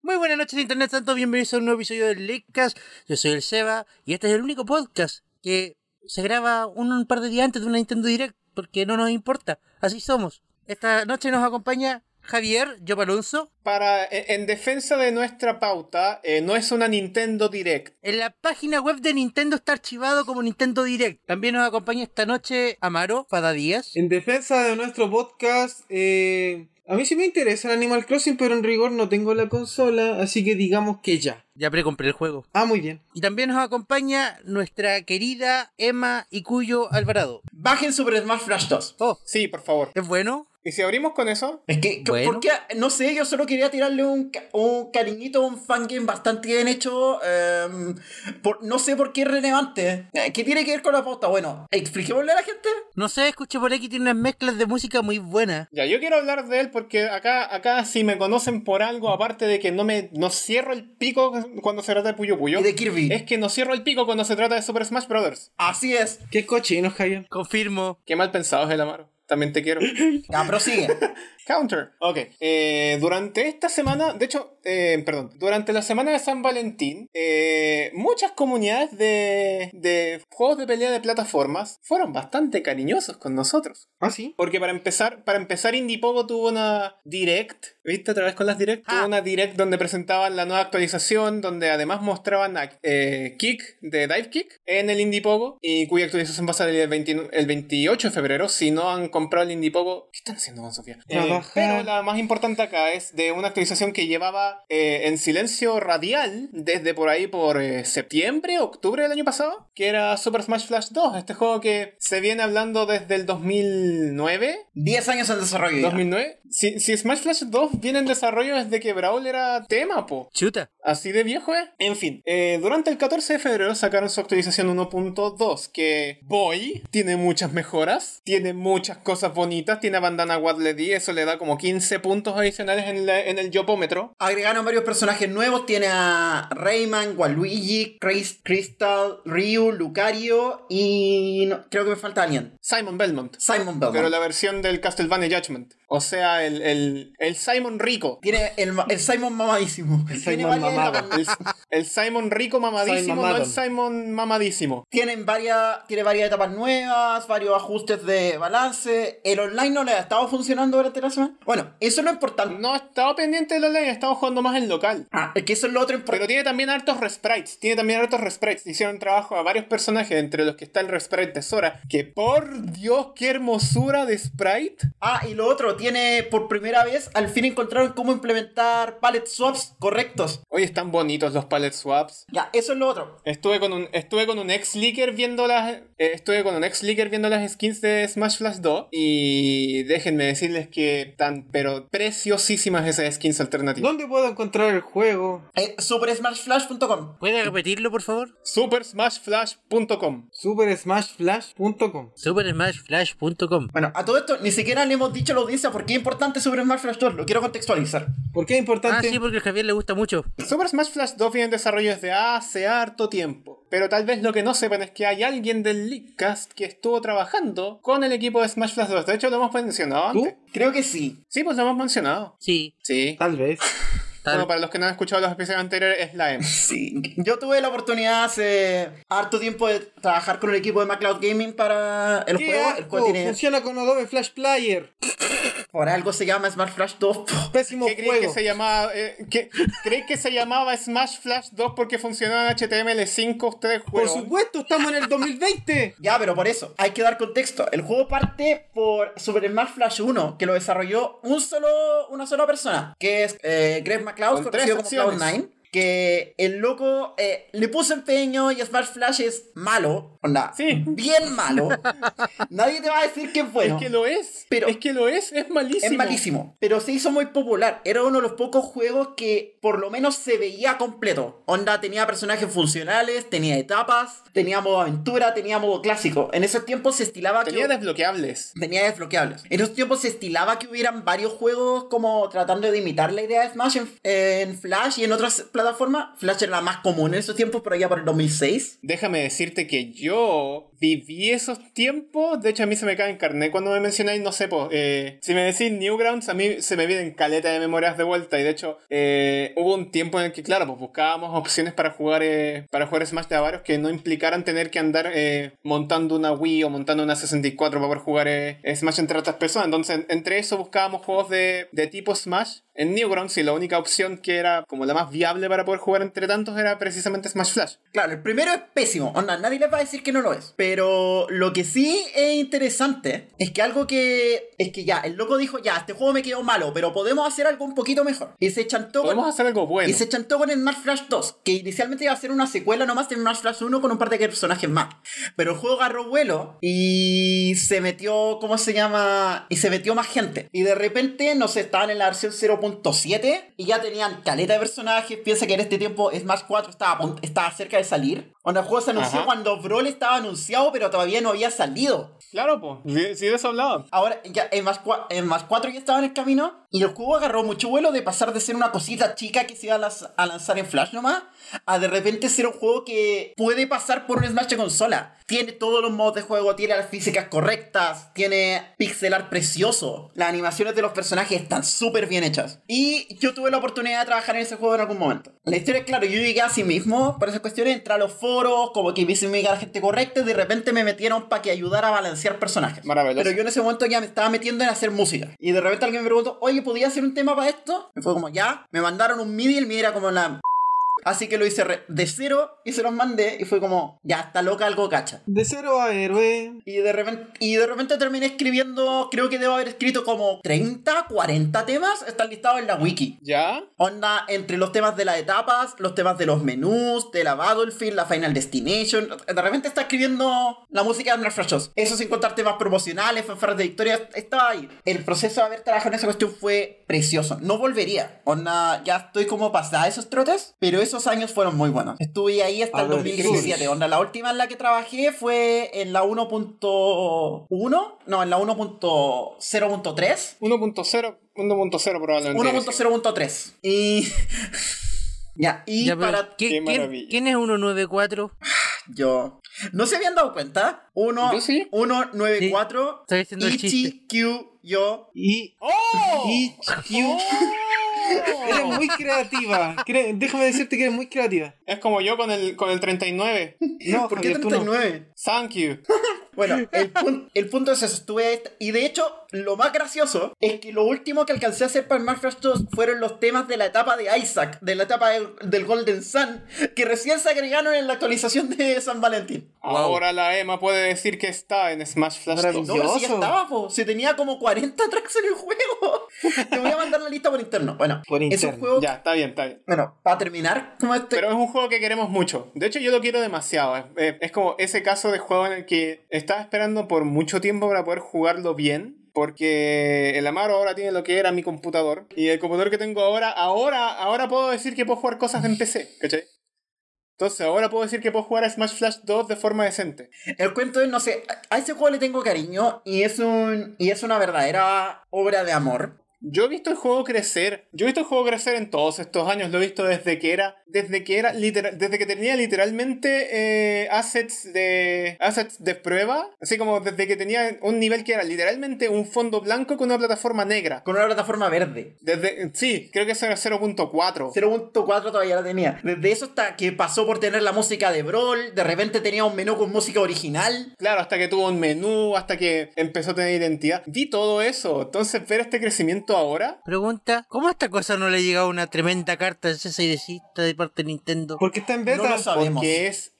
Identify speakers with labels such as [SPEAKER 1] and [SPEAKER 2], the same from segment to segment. [SPEAKER 1] buenas noches Internet, tanto bienvenidos a un nuevo episodio del Leakcast. Yo soy el Seba y este es el único podcast que se graba un, un par de días antes de una Nintendo Direct porque no nos importa, así somos. Esta noche nos acompaña Javier Yo Alonso.
[SPEAKER 2] Para, e, en, en defensa de nuestra pauta, eh, no es una Nintendo Direct.
[SPEAKER 1] En la página web de Nintendo está archivado como Nintendo Direct. También nos acompaña esta noche Amaro Fada Díaz.
[SPEAKER 3] En defensa de nuestro podcast, eh, a mí sí me interesa el Animal Crossing, pero en rigor no tengo la consola, así que digamos que ya.
[SPEAKER 1] Ya precompré el juego.
[SPEAKER 3] Ah, muy bien.
[SPEAKER 1] Y también nos acompaña nuestra querida Emma Icuyo Alvarado.
[SPEAKER 4] Bajen Super Smash Flash 2.
[SPEAKER 1] Oh,
[SPEAKER 2] Sí, por favor.
[SPEAKER 1] ¿es bueno?
[SPEAKER 2] ¿Y si abrimos con eso?
[SPEAKER 4] Es que, que-
[SPEAKER 1] Bueno.
[SPEAKER 4] ¿por qué? No sé, yo solo quería tirarle un, ca- un cariñito a un fangame bastante bien hecho. em, por- no sé por qué es relevante. Eh, ¿Qué tiene que ver con la pauta? Bueno, expliquémosle a la gente.
[SPEAKER 1] No sé, escuché por aquí, tiene unas mezclas de música muy buenas.
[SPEAKER 2] Ya, yo quiero hablar de él porque acá, acá si me conocen por algo, aparte de que no me no cierro el pico cuando se trata de Puyo Puyo,
[SPEAKER 4] Y de Kirby.
[SPEAKER 2] es que no cierro el pico cuando se trata de Super Smash Brothers.
[SPEAKER 4] Así es.
[SPEAKER 3] Qué cochino, Javier.
[SPEAKER 1] Confirmo.
[SPEAKER 2] Qué mal pensado es el Amaro. También te quiero.
[SPEAKER 4] Ya, prosigue.
[SPEAKER 2] Counter. Ok. eh, durante esta semana, de hecho, eh, perdón, durante la semana de San Valentín, eh, muchas comunidades de, de juegos de pelea de plataformas fueron bastante cariñosos con nosotros.
[SPEAKER 3] Ah, sí.
[SPEAKER 2] Porque para empezar, para empezar, Indiepogo tuvo una direct, ¿viste? Otra vez con las direct,
[SPEAKER 1] Ah.
[SPEAKER 2] tuvo una direct donde presentaban la nueva actualización, donde además mostraban a eh, Kick de Dive Kick en el Indiepogo y cuya actualización va a salir el, 29 el 28 de febrero. Si no han comprado el Indiepogo, ¿qué están haciendo con Sofía? Eh,
[SPEAKER 3] Trabajar.
[SPEAKER 2] pero la más importante acá es de una actualización que llevaba eh, en silencio radial desde por ahí por eh, septiembre, octubre del año pasado, que era Super Smash Flash 2, este juego que se viene hablando desde el 2009,
[SPEAKER 4] 10 años en desarrollo. ya.
[SPEAKER 2] 2009. Si, si Smash Flash 2 viene en desarrollo desde que Brawl era tema, po.
[SPEAKER 1] Chuta.
[SPEAKER 2] Así de viejo, ¿eh? En fin, eh, durante el 14 de febrero sacaron su actualización 1.2, que Boy tiene muchas mejoras, tiene muchas cosas bonitas, tiene a Bandana Waddle Dee, eso le da como 15 puntos adicionales en, la- en el Yopómetro.
[SPEAKER 4] Agregaron varios personajes nuevos. Tiene a Rayman, Waluigi, Chris, Crystal, Ryu, Lucario y... no- creo que me falta alguien.
[SPEAKER 2] Simon Belmont.
[SPEAKER 4] Simon Belmont.
[SPEAKER 2] Pero la versión del Castlevania Judgment. O sea, el, el- el Simon Rico.
[SPEAKER 4] Tiene el, ma- el Simon mamadísimo.
[SPEAKER 3] El
[SPEAKER 4] Tiene
[SPEAKER 3] Simon
[SPEAKER 4] varias-
[SPEAKER 3] mamado.
[SPEAKER 2] El, el Simon Rico mamadísimo,
[SPEAKER 3] Simon
[SPEAKER 2] no el
[SPEAKER 3] Mamadon.
[SPEAKER 2] Simon mamadísimo.
[SPEAKER 4] Tienen varias, tiene varias etapas nuevas, varios ajustes de balance. El online no le ha estado funcionando durante la semana. Bueno, eso no es importante.
[SPEAKER 2] No he estado pendiente del online, he estado jugando más en local.
[SPEAKER 4] Ah, es que eso es lo otro
[SPEAKER 2] Pero
[SPEAKER 4] importante.
[SPEAKER 2] tiene también hartos resprites. Tiene también hartos resprites. Hicieron trabajo a varios personajes, entre los que está el resprite de Sora. Que por Dios, qué hermosura de sprite.
[SPEAKER 4] Ah, y lo otro, tiene por primera vez, al fin encontraron cómo implementar palette swaps correctos.
[SPEAKER 2] Oye, están bonitos los palette swaps.
[SPEAKER 4] Ya, eso es lo otro.
[SPEAKER 2] Estuve con un, estuve con un ex leaker viendo las. eh, estuve con un ex leaker viendo las skins de Smash Flash 2. Y déjenme decirles que tan pero preciosísimas esas skins alternativas.
[SPEAKER 3] ¿Dónde puedo encontrar el juego?
[SPEAKER 4] Eh, supersmashflash.com.
[SPEAKER 1] ¿Puede repetirlo, por favor?
[SPEAKER 2] Supersmashflash.com
[SPEAKER 3] SuperSmashFlash.com
[SPEAKER 1] Supersmashflash.com.
[SPEAKER 4] Bueno, a todo esto ni siquiera le hemos dicho a la audiencia por qué es importante Super Smash Flash 2. Lo quiero contextualizar.
[SPEAKER 3] ¿Por qué es
[SPEAKER 1] Ah,
[SPEAKER 3] importante?
[SPEAKER 1] sí, porque a Javier le gusta mucho.
[SPEAKER 2] Super Smash Flash 2 viene en desarrollo desde hace harto tiempo, pero tal vez lo que no sepan es que hay alguien del Leakcast que estuvo trabajando con el equipo de Smash Flash 2. De hecho, lo hemos mencionado
[SPEAKER 3] ¿Tú?
[SPEAKER 2] antes.
[SPEAKER 4] Creo que sí.
[SPEAKER 2] Sí, pues lo hemos mencionado.
[SPEAKER 1] Sí.
[SPEAKER 2] Sí.
[SPEAKER 3] Tal vez.
[SPEAKER 1] tal-
[SPEAKER 2] Bueno, para los que no han escuchado los episodios anteriores, es la M.
[SPEAKER 4] Sí, yo tuve la oportunidad hace harto tiempo de trabajar con el equipo de MacLeod Gaming para el
[SPEAKER 3] ¡Qué
[SPEAKER 4] juego, el
[SPEAKER 3] asco!
[SPEAKER 4] cual tiene
[SPEAKER 3] Funciona con Adobe Flash Player.
[SPEAKER 4] por algo se llama Smart Flash 2. po.
[SPEAKER 3] Pésimo
[SPEAKER 2] ¿Qué creéis que
[SPEAKER 3] juego.
[SPEAKER 2] se llamaba? eh, qué- ¿Creéis que se llamaba Smash Flash 2 porque funcionaba en HTML5 ustedes
[SPEAKER 3] Por
[SPEAKER 2] juegan?
[SPEAKER 3] supuesto, estamos en el 2020.
[SPEAKER 4] Ya, pero por eso, hay que dar contexto. El juego parte por Super Smash Flash 1, que lo desarrolló un solo, una sola persona, que es eh, Greg McLeod,
[SPEAKER 2] Con
[SPEAKER 4] conocido como
[SPEAKER 2] tres
[SPEAKER 4] Cloud9. Que el loco eh, le puso empeño y Smash Flash es malo. Onda,
[SPEAKER 2] Sí.
[SPEAKER 4] bien malo. Nadie te va a decir que es bueno.
[SPEAKER 2] Es que lo es.
[SPEAKER 4] Pero-
[SPEAKER 2] es que lo es. Es malísimo.
[SPEAKER 4] Es malísimo, pero se hizo muy popular. Era uno de los pocos juegos que por lo menos se veía completo. Onda tenía personajes funcionales, tenía etapas, tenía modo aventura, tenía modo clásico. En esos tiempos se estilaba
[SPEAKER 2] Tenía
[SPEAKER 4] que...
[SPEAKER 2] desbloqueables.
[SPEAKER 4] Tenía desbloqueables. En esos tiempos se estilaba que hubieran varios juegos como tratando de imitar la idea de Smash en, en Flash y en otras plataformas. Flash era la más común en esos tiempos, por allá por el 2006.
[SPEAKER 2] Déjame decirte que yo viví esos tiempos. De hecho, a mí se me cae en carnet cuando me mencionáis, no sé, po, eh, si me decís Newgrounds, a mí se me vienen caleta de memorias de vuelta. Y de hecho, eh, hubo un tiempo en el que, claro, pues buscábamos opciones para jugar eh, para jugar Smash de avarios que no implicaran tener que andar eh, montando una Wii o montando una 64 para poder jugar eh, Smash entre otras personas. Entonces, en- entre eso buscábamos juegos de, de tipo Smash. En Newgrounds, y la única opción que era como la más viable para poder jugar entre tantos era precisamente Smash Flash.
[SPEAKER 4] Claro, el primero es pésimo, onda, nadie les va a decir que no lo es. Pero lo que sí es interesante es que algo que. Es que ya, el loco dijo, ya, este juego me quedó malo, pero podemos hacer algo un poquito mejor. Y se chantó.
[SPEAKER 2] Podemos hacer algo bueno.
[SPEAKER 4] Y se chantó con el Smash Flash 2, que inicialmente iba a ser una secuela nomás de Smash Flash 1 con un par de personajes más. Pero el juego agarró vuelo y se metió, ¿cómo se llama? Y se metió más gente. Y de repente, no sé, estaban en la versión 0.7 y ya tenían caleta de personajes. Piensa que en este tiempo Smash 4 estaba, a pun- estaba cerca de salir. Cuando el juego se anunció
[SPEAKER 2] Ajá.
[SPEAKER 4] cuando Brawl estaba anunciado, pero todavía no había salido.
[SPEAKER 2] Claro, pues, si, si de eso hablaba.
[SPEAKER 4] Ahora, ya en más, cua- en más 4 ya estaba en el camino y el juego agarró mucho vuelo de pasar de ser una cosita chica que se iba a, las- a lanzar en Flash nomás a de repente ser un juego que puede pasar por un Smash de consola. Tiene todos los modos de juego, tiene las físicas correctas, tiene pixel art precioso. Las animaciones de los personajes están súper bien hechas. Y yo tuve la oportunidad de trabajar en ese juego en algún momento. La historia, claro, yo llegué a sí mismo por esas cuestiones, entré a los foros, como que vi si me llegaba la gente correcta y de repente me metieron para que ayudara a balancear personajes.
[SPEAKER 2] Maravilloso.
[SPEAKER 4] Pero yo en ese momento ya me estaba metiendo en hacer música. Y de repente alguien me preguntó, oye, ¿podía hacer un tema para esto? Me fue como, ya. Me mandaron un MIDI y el MIDI era como la... Así que lo hice re- de cero y se los mandé y fue como, ya, está loca algo cacha.
[SPEAKER 3] De cero a héroe.
[SPEAKER 4] Y de, repente, y de repente terminé escribiendo, creo que debo haber escrito como 30, 40 temas, están listados en la wiki.
[SPEAKER 2] ¿Ya?
[SPEAKER 4] Onda, entre los temas de las etapas, los temas de los menús, de la Battlefield, la Final Destination. De repente está escribiendo la música de Flash 2. Eso sin contar temas promocionales, fanfarras de victoria, estaba ahí. El proceso de haber trabajado en esa cuestión fue precioso. No volvería. Onda, ya estoy como pasada de esos trotes, pero esos años fueron muy buenos. Estuve ahí hasta
[SPEAKER 3] A
[SPEAKER 4] el
[SPEAKER 3] ver,
[SPEAKER 4] 2017.
[SPEAKER 3] Chris.
[SPEAKER 4] Onda, la última en la que trabajé fue en la 1.1, no, en la 1.0.3.
[SPEAKER 2] 1.0, 1.0 probablemente.
[SPEAKER 4] 1.0.3. Y. ya, y
[SPEAKER 1] Ya, pero
[SPEAKER 4] para.
[SPEAKER 1] ¿quién- quién-
[SPEAKER 2] Qué maravilla.
[SPEAKER 1] ¿Quién es 194?
[SPEAKER 4] Yo. ¿No se habían dado cuenta? 1,
[SPEAKER 2] Yo sí.
[SPEAKER 4] 194.
[SPEAKER 1] Sí, estoy haciendo el
[SPEAKER 4] Ichi, Q, yo.
[SPEAKER 3] Y.
[SPEAKER 2] ¡Oh!
[SPEAKER 3] Y.
[SPEAKER 2] ¡Oh!
[SPEAKER 3] Eres muy creativa. Cre- déjame decirte que eres muy creativa.
[SPEAKER 2] Es como yo con el, con el 39.
[SPEAKER 3] No,
[SPEAKER 4] ¿Por qué
[SPEAKER 3] Javier, tú no.
[SPEAKER 4] 39?
[SPEAKER 2] Thank you.
[SPEAKER 4] Bueno, el, pun- el punto es eso. Estuve. est- Y de hecho, lo más gracioso es que lo último que alcancé a hacer para el Smash Bros. 2 fueron los temas de la etapa de Isaac, de la etapa del, del Golden Sun, que recién se agregaron en la actualización de San Valentín.
[SPEAKER 2] Ahora la Emma puede decir que está en Smash Flash 2.
[SPEAKER 3] Maravilloso.
[SPEAKER 4] No, pero si ya estaba, po. Si tenía como 40 tracks en el juego. Te voy a mandar la lista por interno. Bueno,
[SPEAKER 3] Por
[SPEAKER 4] es un
[SPEAKER 3] interno,
[SPEAKER 4] juego.
[SPEAKER 2] Ya, está bien, está bien.
[SPEAKER 4] Bueno, para terminar, como este.
[SPEAKER 2] Pero es un juego que queremos mucho. De hecho, yo lo quiero demasiado. Es, eh, es como ese caso de juego en el que estaba esperando por mucho tiempo para poder jugarlo bien. Porque el Amaro ahora tiene lo que era mi computador. Y el computador que tengo ahora, ahora, ahora puedo decir que puedo jugar cosas en PC. ¿Cachai? Entonces, ahora puedo decir que puedo jugar a Smash Flash 2 de forma decente.
[SPEAKER 4] El cuento es, no sé, a- a ese juego le tengo cariño y es un. Y es una verdadera obra de amor.
[SPEAKER 2] Yo he visto el juego crecer. Yo he visto el juego crecer en todos estos años. Lo he visto desde que era. Desde que era. literal- desde que tenía literalmente eh, assets de. assets de prueba. Así como desde que tenía un nivel que era literalmente un fondo blanco con una plataforma negra.
[SPEAKER 4] Con una plataforma verde.
[SPEAKER 2] Desde. Sí, creo que eso era 0.4.
[SPEAKER 4] 0.4 todavía la tenía. Desde eso hasta que pasó por tener la música de Brawl, de repente tenía un menú con música original.
[SPEAKER 2] Claro, hasta que tuvo un menú, hasta que empezó a tener identidad. Vi todo eso. Entonces, ver este crecimiento ahora.
[SPEAKER 1] Pregunta, ¿cómo a esta cosa no le ha llegado una tremenda carta de cese y desista de parte de Nintendo?
[SPEAKER 3] Porque está
[SPEAKER 4] No
[SPEAKER 3] en beta.
[SPEAKER 4] lo sabemos.
[SPEAKER 2] Que es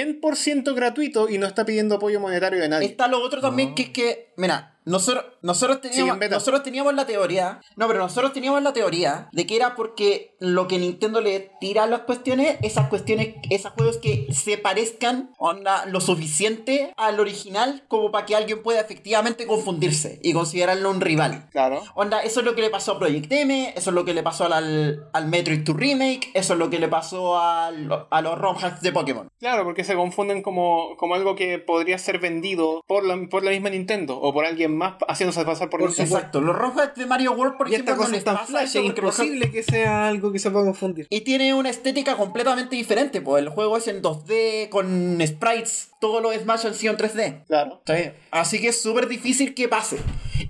[SPEAKER 2] 100% gratuito y no está pidiendo apoyo monetario de nadie.
[SPEAKER 4] Está lo otro también que es que, mira, nosotros, nosotros,
[SPEAKER 2] Sigue en
[SPEAKER 4] teníamos,
[SPEAKER 2] beta.
[SPEAKER 4] nosotros teníamos la teoría, no, pero nosotros teníamos la teoría de que era porque lo que Nintendo le tira a las cuestiones, esas cuestiones, esos juegos que se parezcan onda, lo suficiente al original como para que alguien pueda efectivamente confundirse y considerarlo un rival.
[SPEAKER 2] Claro.
[SPEAKER 4] Onda, eso es lo que le pasó a Project M, eso es lo que le pasó al, al, al Metroid 2 Remake, eso es lo que le pasó al- a los ROM hacks de Pokémon.
[SPEAKER 2] Claro, porque se confunden como, como algo que podría ser vendido por la, por la misma Nintendo o por alguien más haciéndose pasar por, Nintendo.
[SPEAKER 4] Exacto, los ROM-hacks de Mario World, por
[SPEAKER 3] Y esta
[SPEAKER 4] ejemplo, no
[SPEAKER 3] cosa
[SPEAKER 4] les
[SPEAKER 3] es tan
[SPEAKER 4] pasa
[SPEAKER 3] flash,
[SPEAKER 4] eso
[SPEAKER 3] es
[SPEAKER 4] porque, por ejemplo,
[SPEAKER 3] imposible que sea algo que se pueda confundir.
[SPEAKER 4] Y tiene una estética completamente diferente, pues el juego es en 2D con sprites todos los Smash han sido en 3D.
[SPEAKER 2] Claro.
[SPEAKER 4] ¿Cachai? Así que es súper difícil que pase.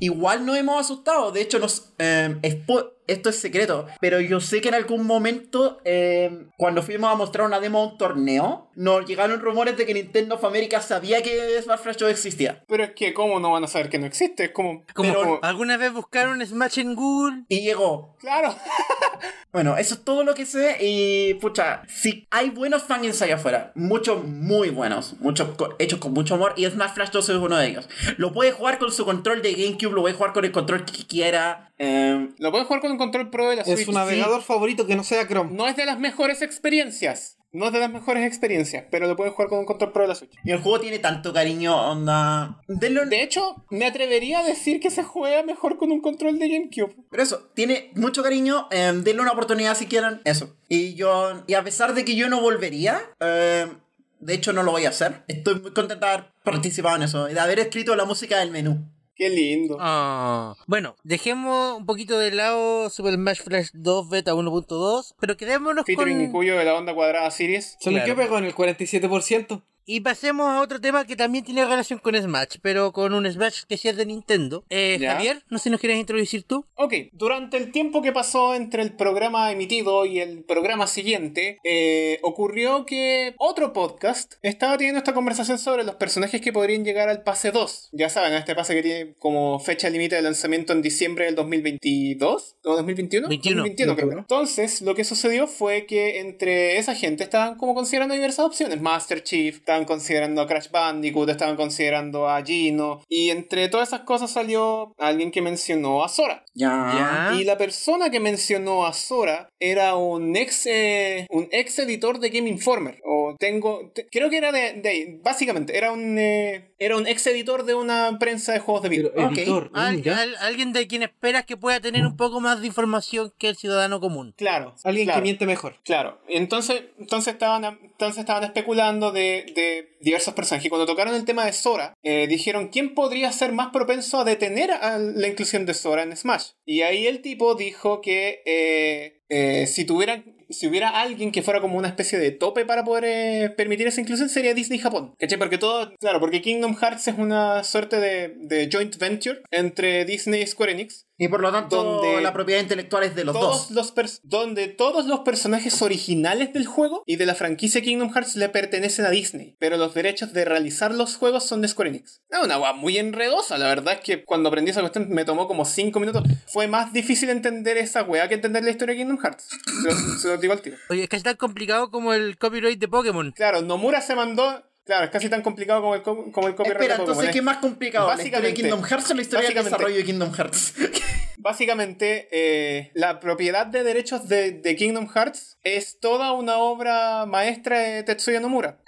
[SPEAKER 4] Igual nos hemos asustado, de hecho, nos, eh, expo- esto es secreto, pero yo sé que en algún momento, eh, cuando fuimos a mostrar una demo a un torneo, nos llegaron rumores de que Nintendo of America sabía que Smash Flash Show existía.
[SPEAKER 2] Pero es que, ¿cómo no van a saber que no existe? Es como.
[SPEAKER 1] Como, ah.
[SPEAKER 2] pero-
[SPEAKER 1] ¿Alguna vez buscaron Smash en Google?
[SPEAKER 4] Y llegó.
[SPEAKER 2] Claro.
[SPEAKER 4] Bueno, eso es todo lo que sé y pucha, sí, hay buenos fans allá afuera, muchos muy buenos, muchos co- hechos con mucho amor y Smash Flash 2 es uno de ellos. Lo puede jugar con su control de GameCube, lo puede jugar con el control que quiera. eh,
[SPEAKER 2] Lo puedes jugar con un control pro de la
[SPEAKER 3] Es
[SPEAKER 2] Switch.
[SPEAKER 3] su navegador favorito que no sea Chrome.
[SPEAKER 2] No es de las mejores experiencias. No es de las mejores experiencias, pero lo puedes jugar con un control pro de la Switch.
[SPEAKER 4] Y el juego tiene tanto cariño, onda. Denle un-
[SPEAKER 2] De hecho, me atrevería a decir que se juega mejor con un control de GameCube.
[SPEAKER 4] Pero eso, tiene mucho cariño. eh, denle una oportunidad si quieren. Eso. Y yo. Y a pesar de que yo no volvería. eh, de hecho, no lo voy a hacer. Estoy muy contenta de haber participado en eso. Y de haber escrito la música del menú.
[SPEAKER 2] Qué lindo.
[SPEAKER 1] Ah. Bueno, dejemos un poquito de lado Super Smash Flash 2 Beta 1.2, pero quedémonos
[SPEAKER 2] Featuring y
[SPEAKER 1] con...
[SPEAKER 2] cuyo de la onda cuadrada series.
[SPEAKER 3] ¿Saben
[SPEAKER 1] Claro.
[SPEAKER 3] qué pegó en el 47%?
[SPEAKER 1] Y pasemos a otro tema que también tiene relación con Smash, pero con un Smash que sí es de Nintendo. Eh,
[SPEAKER 2] Ya.
[SPEAKER 1] Javier, no sé si nos quieres introducir tú.
[SPEAKER 2] Ok, durante el tiempo que pasó entre el programa emitido y el programa siguiente, eh, ocurrió que otro podcast estaba teniendo esta conversación sobre los personajes que podrían llegar al pase 2. Ya saben, este pase que tiene como fecha límite de lanzamiento en diciembre del 2022 o 2021.
[SPEAKER 1] 21.
[SPEAKER 2] 2021 creo. que era. Entonces, lo que sucedió fue que entre esa gente estaban como considerando diversas opciones. Master Chief, estaban considerando a Crash Bandicoot, estaban considerando a Gino. Y entre todas esas cosas salió alguien que mencionó a Sora.
[SPEAKER 4] Ya.
[SPEAKER 3] Ah.
[SPEAKER 1] Ya.
[SPEAKER 2] Y la persona que mencionó a Sora era un ex eh, un ex editor de Game Informer. O tengo. te- creo que era de, de- Básicamente, era un eh, era un ex editor de una prensa de juegos de
[SPEAKER 3] Pero eh,
[SPEAKER 2] video.
[SPEAKER 4] Ok.
[SPEAKER 3] editor.
[SPEAKER 1] Al-
[SPEAKER 3] mm, ya.
[SPEAKER 1] al- alguien de quien esperas que pueda tener un poco más de información que el ciudadano común.
[SPEAKER 2] Claro.
[SPEAKER 3] Alguien
[SPEAKER 2] claro.
[SPEAKER 3] que miente mejor.
[SPEAKER 2] Claro, entonces, entonces, estaban, entonces estaban especulando de, de diversos personajes. Y cuando tocaron el tema de Sora, eh, dijeron quién podría ser más propenso a detener a la inclusión de Sora en Smash. Y ahí el tipo dijo que eh, eh, si tuviera si hubiera alguien que fuera como una especie de tope para poder eh, permitir esa inclusión sería Disney Japón. ¿Cachai? Porque todo, claro, porque Kingdom Hearts es una suerte de, de joint venture entre Disney y Square Enix
[SPEAKER 4] Y por lo tanto,
[SPEAKER 2] Donde-
[SPEAKER 4] la propiedad intelectual es de los
[SPEAKER 2] todos
[SPEAKER 4] dos.
[SPEAKER 2] los pers- donde todos los personajes originales del juego y de la franquicia Kingdom Hearts le pertenecen a Disney, pero los derechos de realizar los juegos son de Square Enix. Es una guay muy enredosa, la verdad es que cuando aprendí esa cuestión me tomó como 5 minutos. Fue más difícil entender esa weá que entender la historia de Kingdom Hearts. Se lo, se lo digo al tiro.
[SPEAKER 1] Oye, es casi tan complicado como el copyright de Pokémon.
[SPEAKER 2] Claro, Nomura se mandó... Claro, es casi tan complicado como el, co- como el copyright
[SPEAKER 4] Espera,
[SPEAKER 2] de Pokémon,
[SPEAKER 4] entonces,
[SPEAKER 2] es
[SPEAKER 4] ¿qué más complicado? ¿La historia de
[SPEAKER 2] Básicamente-
[SPEAKER 4] Kingdom Hearts o la historia del
[SPEAKER 2] básicamente-
[SPEAKER 4] desarrollo de Kingdom Hearts?
[SPEAKER 2] Básicamente, eh, la propiedad de derechos de, de Kingdom Hearts es toda una obra maestra de Tetsuya Nomura.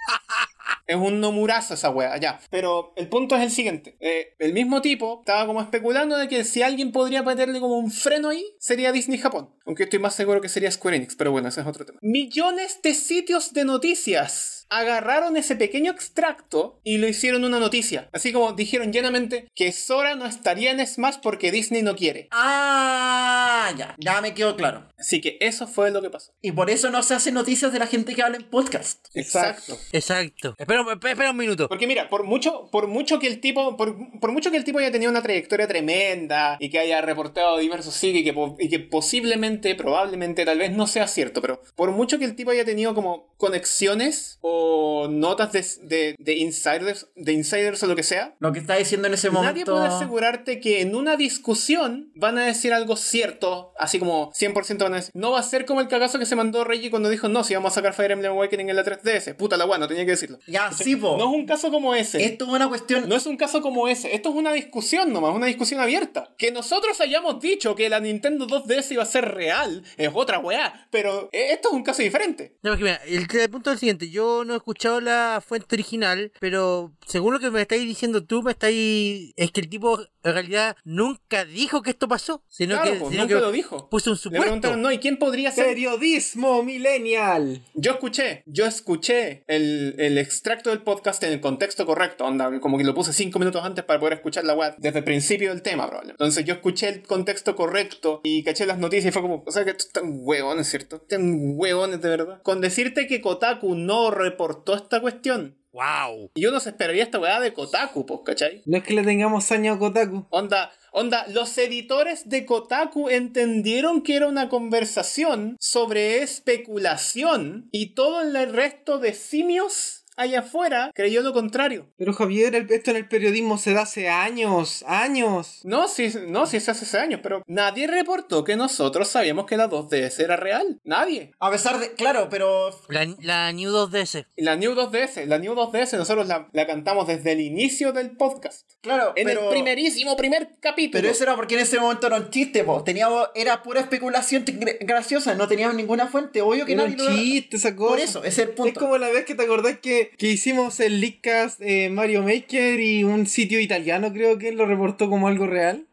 [SPEAKER 2] Es un nomurazo esa wea, ya. Pero el punto es el siguiente. Eh, el mismo tipo estaba como especulando de que si alguien podría meterle como un freno ahí, sería Disney Japón. Aunque estoy más seguro que sería Square Enix, pero bueno, ese es otro tema. Millones de sitios de noticias agarraron ese pequeño extracto y lo hicieron una noticia. Así como dijeron llanamente que Sora no estaría en Smash porque Disney no quiere.
[SPEAKER 4] ah, ya. Ya me quedó claro.
[SPEAKER 2] Así que eso fue lo que pasó.
[SPEAKER 4] Y por eso no se hacen noticias de la gente que habla en podcast.
[SPEAKER 2] Exacto.
[SPEAKER 1] Exacto. Espera, espera espera un minuto.
[SPEAKER 2] Porque mira, por mucho, por mucho que el tipo, por, por mucho que el tipo haya tenido una trayectoria tremenda y que haya reportado diversos sitios y que, po- y que posiblemente, probablemente, tal vez no sea cierto, pero por mucho que el tipo haya tenido como conexiones o notas de, de- de insiders, de insiders o lo que sea,
[SPEAKER 4] Lo que está diciendo en ese
[SPEAKER 2] Nadie
[SPEAKER 4] momento.
[SPEAKER 2] puede asegurarte que en una discusión van a decir algo cierto, así como 100% van a decir. No va a ser como el cagazo que se mandó Reggie cuando dijo, no, si vamos a sacar Fire Emblem Awakening en la 3DS. Puta la guay, no tenía que decirlo.
[SPEAKER 4] Ya, sí, po. Este-
[SPEAKER 2] No es un caso como ese.
[SPEAKER 4] Esto es una cuestión.
[SPEAKER 2] No es un caso como ese. Esto es una discusión nomás, una discusión abierta. Que nosotros hayamos dicho que la Nintendo 2DS iba a ser real es otra weá, pero eh, esto es un caso diferente.
[SPEAKER 1] No, porque mira, el, el punto es el siguiente. Yo no he escuchado la fuente original, pero según lo que me estáis diciendo tú, me estáis... Es que el tipo en realidad nunca dijo que esto pasó, sino
[SPEAKER 2] claro,
[SPEAKER 1] que,
[SPEAKER 2] pues,
[SPEAKER 1] sino
[SPEAKER 2] nunca
[SPEAKER 1] que
[SPEAKER 2] lo dijo.
[SPEAKER 1] puso un
[SPEAKER 2] Le
[SPEAKER 1] supuesto.
[SPEAKER 2] preguntaron, no, ¿y quién podría ser?
[SPEAKER 3] Periodismo millennial.
[SPEAKER 2] Yo escuché, yo escuché el, el extracto del podcast en el contexto correcto, onda, como que lo puse cinco minutos antes para poder escuchar la web desde el principio del tema, probablemente. Entonces yo escuché el contexto correcto y caché las noticias y fue como, o sea que estos están huevones, ¿cierto? Están huevones de verdad. Con decirte que Kotaku no reportó esta cuestión.
[SPEAKER 1] ¡Wow!
[SPEAKER 2] Y uno se esperaría esta weá de Kotaku, pues, ¿cachai?
[SPEAKER 3] No es que le tengamos saña a Kotaku.
[SPEAKER 2] Onda, onda, los editores de Kotaku entendieron que era una conversación sobre especulación y todo el resto de simios allá afuera creyó lo contrario.
[SPEAKER 3] Pero Javier, el- esto en el periodismo se da hace años, años.
[SPEAKER 2] No, sí, no, sí, es hace seis años, pero nadie reportó que nosotros sabíamos que la 2DS era real. Nadie.
[SPEAKER 4] A pesar de. Claro, pero.
[SPEAKER 1] La, la New 2DS.
[SPEAKER 2] Y La New 2DS, la New 2DS, nosotros la, la cantamos desde el inicio del podcast.
[SPEAKER 4] Claro,
[SPEAKER 2] En
[SPEAKER 4] pero.
[SPEAKER 2] el primerísimo primer capítulo.
[SPEAKER 4] Pero eso era porque en ese momento era un chiste, po. Teníamos, era pura especulación te- gra- graciosa, no teníamos ninguna fuente, obvio que
[SPEAKER 3] Era un
[SPEAKER 4] nadie lo-
[SPEAKER 3] chiste esa cosa.
[SPEAKER 4] Por eso, ese es el punto.
[SPEAKER 3] Es como la vez que te acordás que, que hicimos el leakcast eh, Mario Maker y un sitio italiano creo que lo reportó como algo real.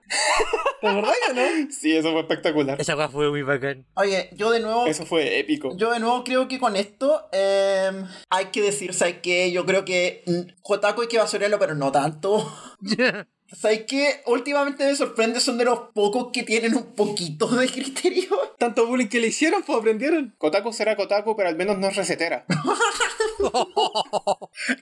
[SPEAKER 3] ¿Te acordás o no?
[SPEAKER 2] Sí, eso fue espectacular.
[SPEAKER 1] Esa weá fue muy bacán.
[SPEAKER 4] Oye, yo de nuevo,
[SPEAKER 2] Eso fue épico.
[SPEAKER 4] yo de nuevo creo que con esto em, hay que decir, ¿sabes qué? Yo creo que mm, Kotaku hay que basurarlo, pero no tanto. ¿Sabes qué? Últimamente me sorprende, son de los pocos que tienen un poquito de criterio.
[SPEAKER 3] Tanto bullying que le hicieron, pues aprendieron.
[SPEAKER 2] Kotaku será Kotaku, pero al menos no es recetera.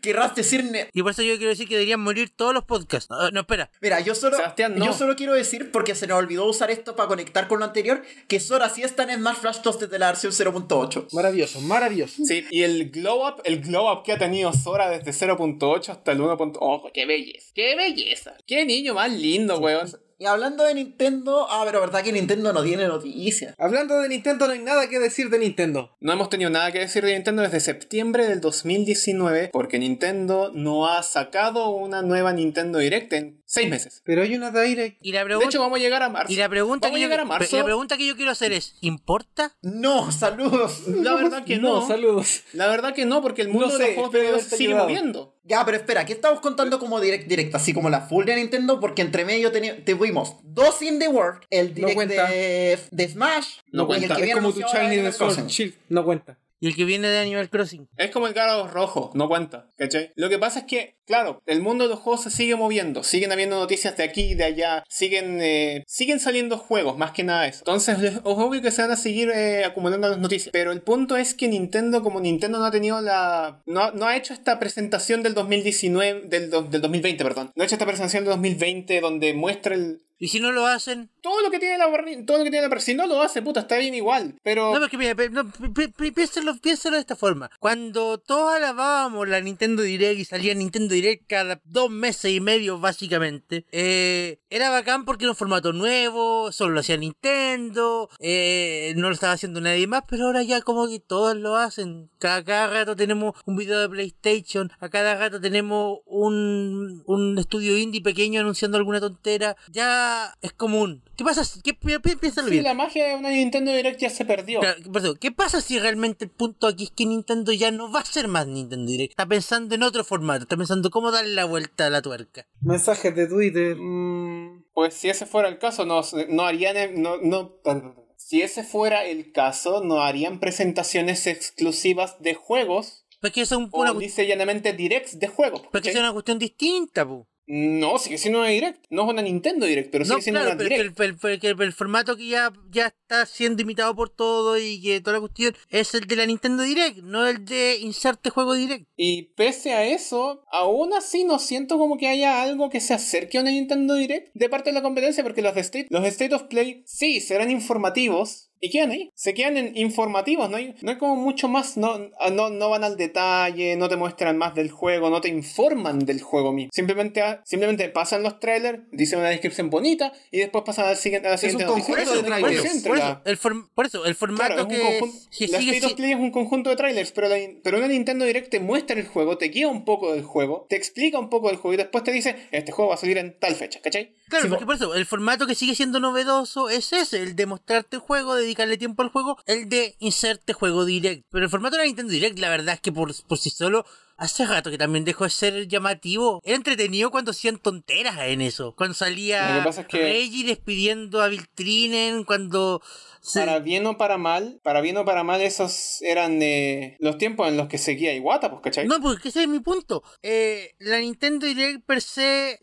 [SPEAKER 4] Querrás decir... ne-
[SPEAKER 1] y por eso yo quiero decir que deberían morir todos los podcasts. Ah, No, no, espera.
[SPEAKER 4] Mira, yo solo,
[SPEAKER 2] Sebastián, no.
[SPEAKER 4] yo solo quiero decir, porque se nos olvidó usar esto para conectar con lo anterior, que Sora sí está en Smash Flash 2 desde la versión 0.8.
[SPEAKER 3] Maravilloso, maravilloso.
[SPEAKER 2] Sí, y el glow up, el glow up que ha tenido Sora desde 0.8 hasta el 1.8. ¡Oh, qué belleza! ¡Qué belleza! ¡Qué niño más lindo, weón!
[SPEAKER 4] Y hablando de Nintendo, ah, pero verdad que Nintendo no tiene noticias.
[SPEAKER 3] Hablando de Nintendo, no hay nada que decir de Nintendo.
[SPEAKER 2] No hemos tenido nada que decir de Nintendo desde septiembre del 2019 porque Nintendo no ha sacado una nueva Nintendo Direct en seis meses.
[SPEAKER 3] Pero hay una Direct.
[SPEAKER 1] Y la
[SPEAKER 2] De
[SPEAKER 1] pregunta,
[SPEAKER 2] hecho, vamos a llegar a marzo.
[SPEAKER 1] y la pregunta,
[SPEAKER 2] vamos
[SPEAKER 1] que,
[SPEAKER 2] a
[SPEAKER 1] yo,
[SPEAKER 2] llegar a marzo.
[SPEAKER 1] y la pregunta que yo quiero hacer es, ¿importa?
[SPEAKER 4] No, saludos.
[SPEAKER 2] La verdad que no.
[SPEAKER 3] saludos.
[SPEAKER 2] La verdad que no, porque el mundo de
[SPEAKER 3] No sé,
[SPEAKER 2] los juegos
[SPEAKER 3] espero
[SPEAKER 2] video
[SPEAKER 3] haberte
[SPEAKER 2] sigue
[SPEAKER 3] ayudado.
[SPEAKER 2] moviendo.
[SPEAKER 4] Ya, pero espera, ¿qué estamos contando como direct directa? Así como la full de Nintendo, porque entre medio teni- tuvimos dos in the world, el direct
[SPEAKER 3] cuenta.
[SPEAKER 4] de, de Smash,
[SPEAKER 2] No
[SPEAKER 4] y el
[SPEAKER 2] cuenta,
[SPEAKER 4] que
[SPEAKER 2] es
[SPEAKER 4] viene
[SPEAKER 3] Es como tu
[SPEAKER 4] anunciado
[SPEAKER 3] Shiny
[SPEAKER 4] ahora
[SPEAKER 3] de
[SPEAKER 4] en Animal
[SPEAKER 3] Sword
[SPEAKER 4] Crossing.
[SPEAKER 3] Shield. No cuenta.
[SPEAKER 1] Y el que viene de Animal Crossing.
[SPEAKER 2] Es como el Garo rojo, no cuenta, ¿cachai? Lo que pasa es que, claro, el mundo de los juegos se sigue moviendo, siguen habiendo noticias de aquí y de allá, siguen eh, siguen saliendo juegos, más que nada eso. Entonces, es obvio que se van a seguir eh, acumulando las noticias. Pero el punto es que Nintendo, como Nintendo no ha tenido la... No, no ha hecho esta presentación del 2019, del, do- del 2020, perdón. No ha hecho esta presentación del 2020 donde muestra el...
[SPEAKER 1] Y si no lo hacen...
[SPEAKER 2] Todo lo que tiene la barri- todo lo que tiene la si no lo hace, puta, está bien igual. Pero
[SPEAKER 1] No, porque mira, pe- no, pi- pi- pi- piénsalo, piénsalo de esta forma. Cuando todos alabábamos la Nintendo Direct y salía Nintendo Direct cada dos meses y medio, básicamente, eh, era bacán porque era un formato nuevo, solo lo hacía Nintendo, eh, no lo estaba haciendo nadie más, pero ahora ya como que todos lo hacen. Cada, cada rato tenemos un video de PlayStation, a cada rato tenemos un, un estudio indie pequeño anunciando alguna tontera. Ya es común. ¿Qué pasa? si- ¿Qué, pi- pi- piénsalo
[SPEAKER 2] sí,
[SPEAKER 1] bien.
[SPEAKER 2] la magia de una Nintendo Direct ya se perdió.
[SPEAKER 1] Claro, por eso, ¿qué pasa si realmente el punto aquí es que Nintendo ya no va a ser más Nintendo Direct? Está pensando en otro formato, está pensando cómo darle la vuelta a la tuerca.
[SPEAKER 3] Mensajes de Twitter. Mm,
[SPEAKER 2] Pues si ese fuera el caso, no, no harían... el- No, no, si ese fuera el caso, no harían presentaciones exclusivas de juegos
[SPEAKER 1] Porque eso es un-
[SPEAKER 2] o
[SPEAKER 1] una, cuest-
[SPEAKER 2] dice llanamente directs de juegos.
[SPEAKER 1] porque
[SPEAKER 2] ¿cachai?
[SPEAKER 1] eso es una cuestión distinta, po.
[SPEAKER 2] No, sigue siendo una direct. No es una Nintendo Direct, pero sigue
[SPEAKER 1] No,
[SPEAKER 2] siendo
[SPEAKER 1] claro,
[SPEAKER 2] una
[SPEAKER 1] pero es que
[SPEAKER 2] direct.
[SPEAKER 1] el, el- el- el- el formato que ya, ya está siendo imitado por todo y que toda la cuestión es el de la Nintendo Direct, no el de inserte juego direct.
[SPEAKER 2] Y pese a eso, aún así no siento como que haya algo que se acerque a una Nintendo Direct de parte de la competencia, porque los de State, los de State of Play sí serán informativos. Y quedan ahí, se quedan en informativos, no hay, no hay como mucho más, no, ah, no, no van al detalle, no te muestran más del juego, no te informan del juego mismo. Simplemente, ah, simplemente pasan los trailers, dicen una descripción bonita y después pasan al siguiente- a la siguiente
[SPEAKER 3] un
[SPEAKER 2] noticia.
[SPEAKER 3] conjunto de
[SPEAKER 2] Eso, por
[SPEAKER 3] trailers.
[SPEAKER 2] eso,
[SPEAKER 1] Por
[SPEAKER 2] la-
[SPEAKER 1] eso, el, form- por eso, el formato
[SPEAKER 2] Claro, es un
[SPEAKER 1] que,
[SPEAKER 2] conjunto.
[SPEAKER 1] que
[SPEAKER 2] la
[SPEAKER 1] sigue
[SPEAKER 2] State of
[SPEAKER 1] si-
[SPEAKER 2] Play es un conjunto de trailers, pero, la, pero una Nintendo Direct te muestra el juego, te guía un poco del juego, te explica un poco del juego y después te dice, este juego va a salir en tal fecha, ¿cachai?
[SPEAKER 1] Claro,
[SPEAKER 4] Sí,
[SPEAKER 1] porque
[SPEAKER 4] po.
[SPEAKER 1] por eso, el formato que sigue siendo novedoso es ese, el de mostrarte el juego, dedicarle tiempo al juego, el de inserte juego direct. Pero el formato de la Nintendo Direct, la verdad es que por, por sí solo, hace rato que también dejó de ser llamativo. Era entretenido cuando hacían tonteras en eso. Cuando
[SPEAKER 2] Lo
[SPEAKER 1] salía
[SPEAKER 2] que pasa es que-
[SPEAKER 1] Reggie despidiendo a Viltrinen, cuando... se-
[SPEAKER 2] Para bien o para mal, para bien o para mal, esos eran eh, los tiempos en los que seguía Iwata, pues, ¿cachai?
[SPEAKER 1] No, porque ese es mi punto. Eh, la Nintendo Direct per se,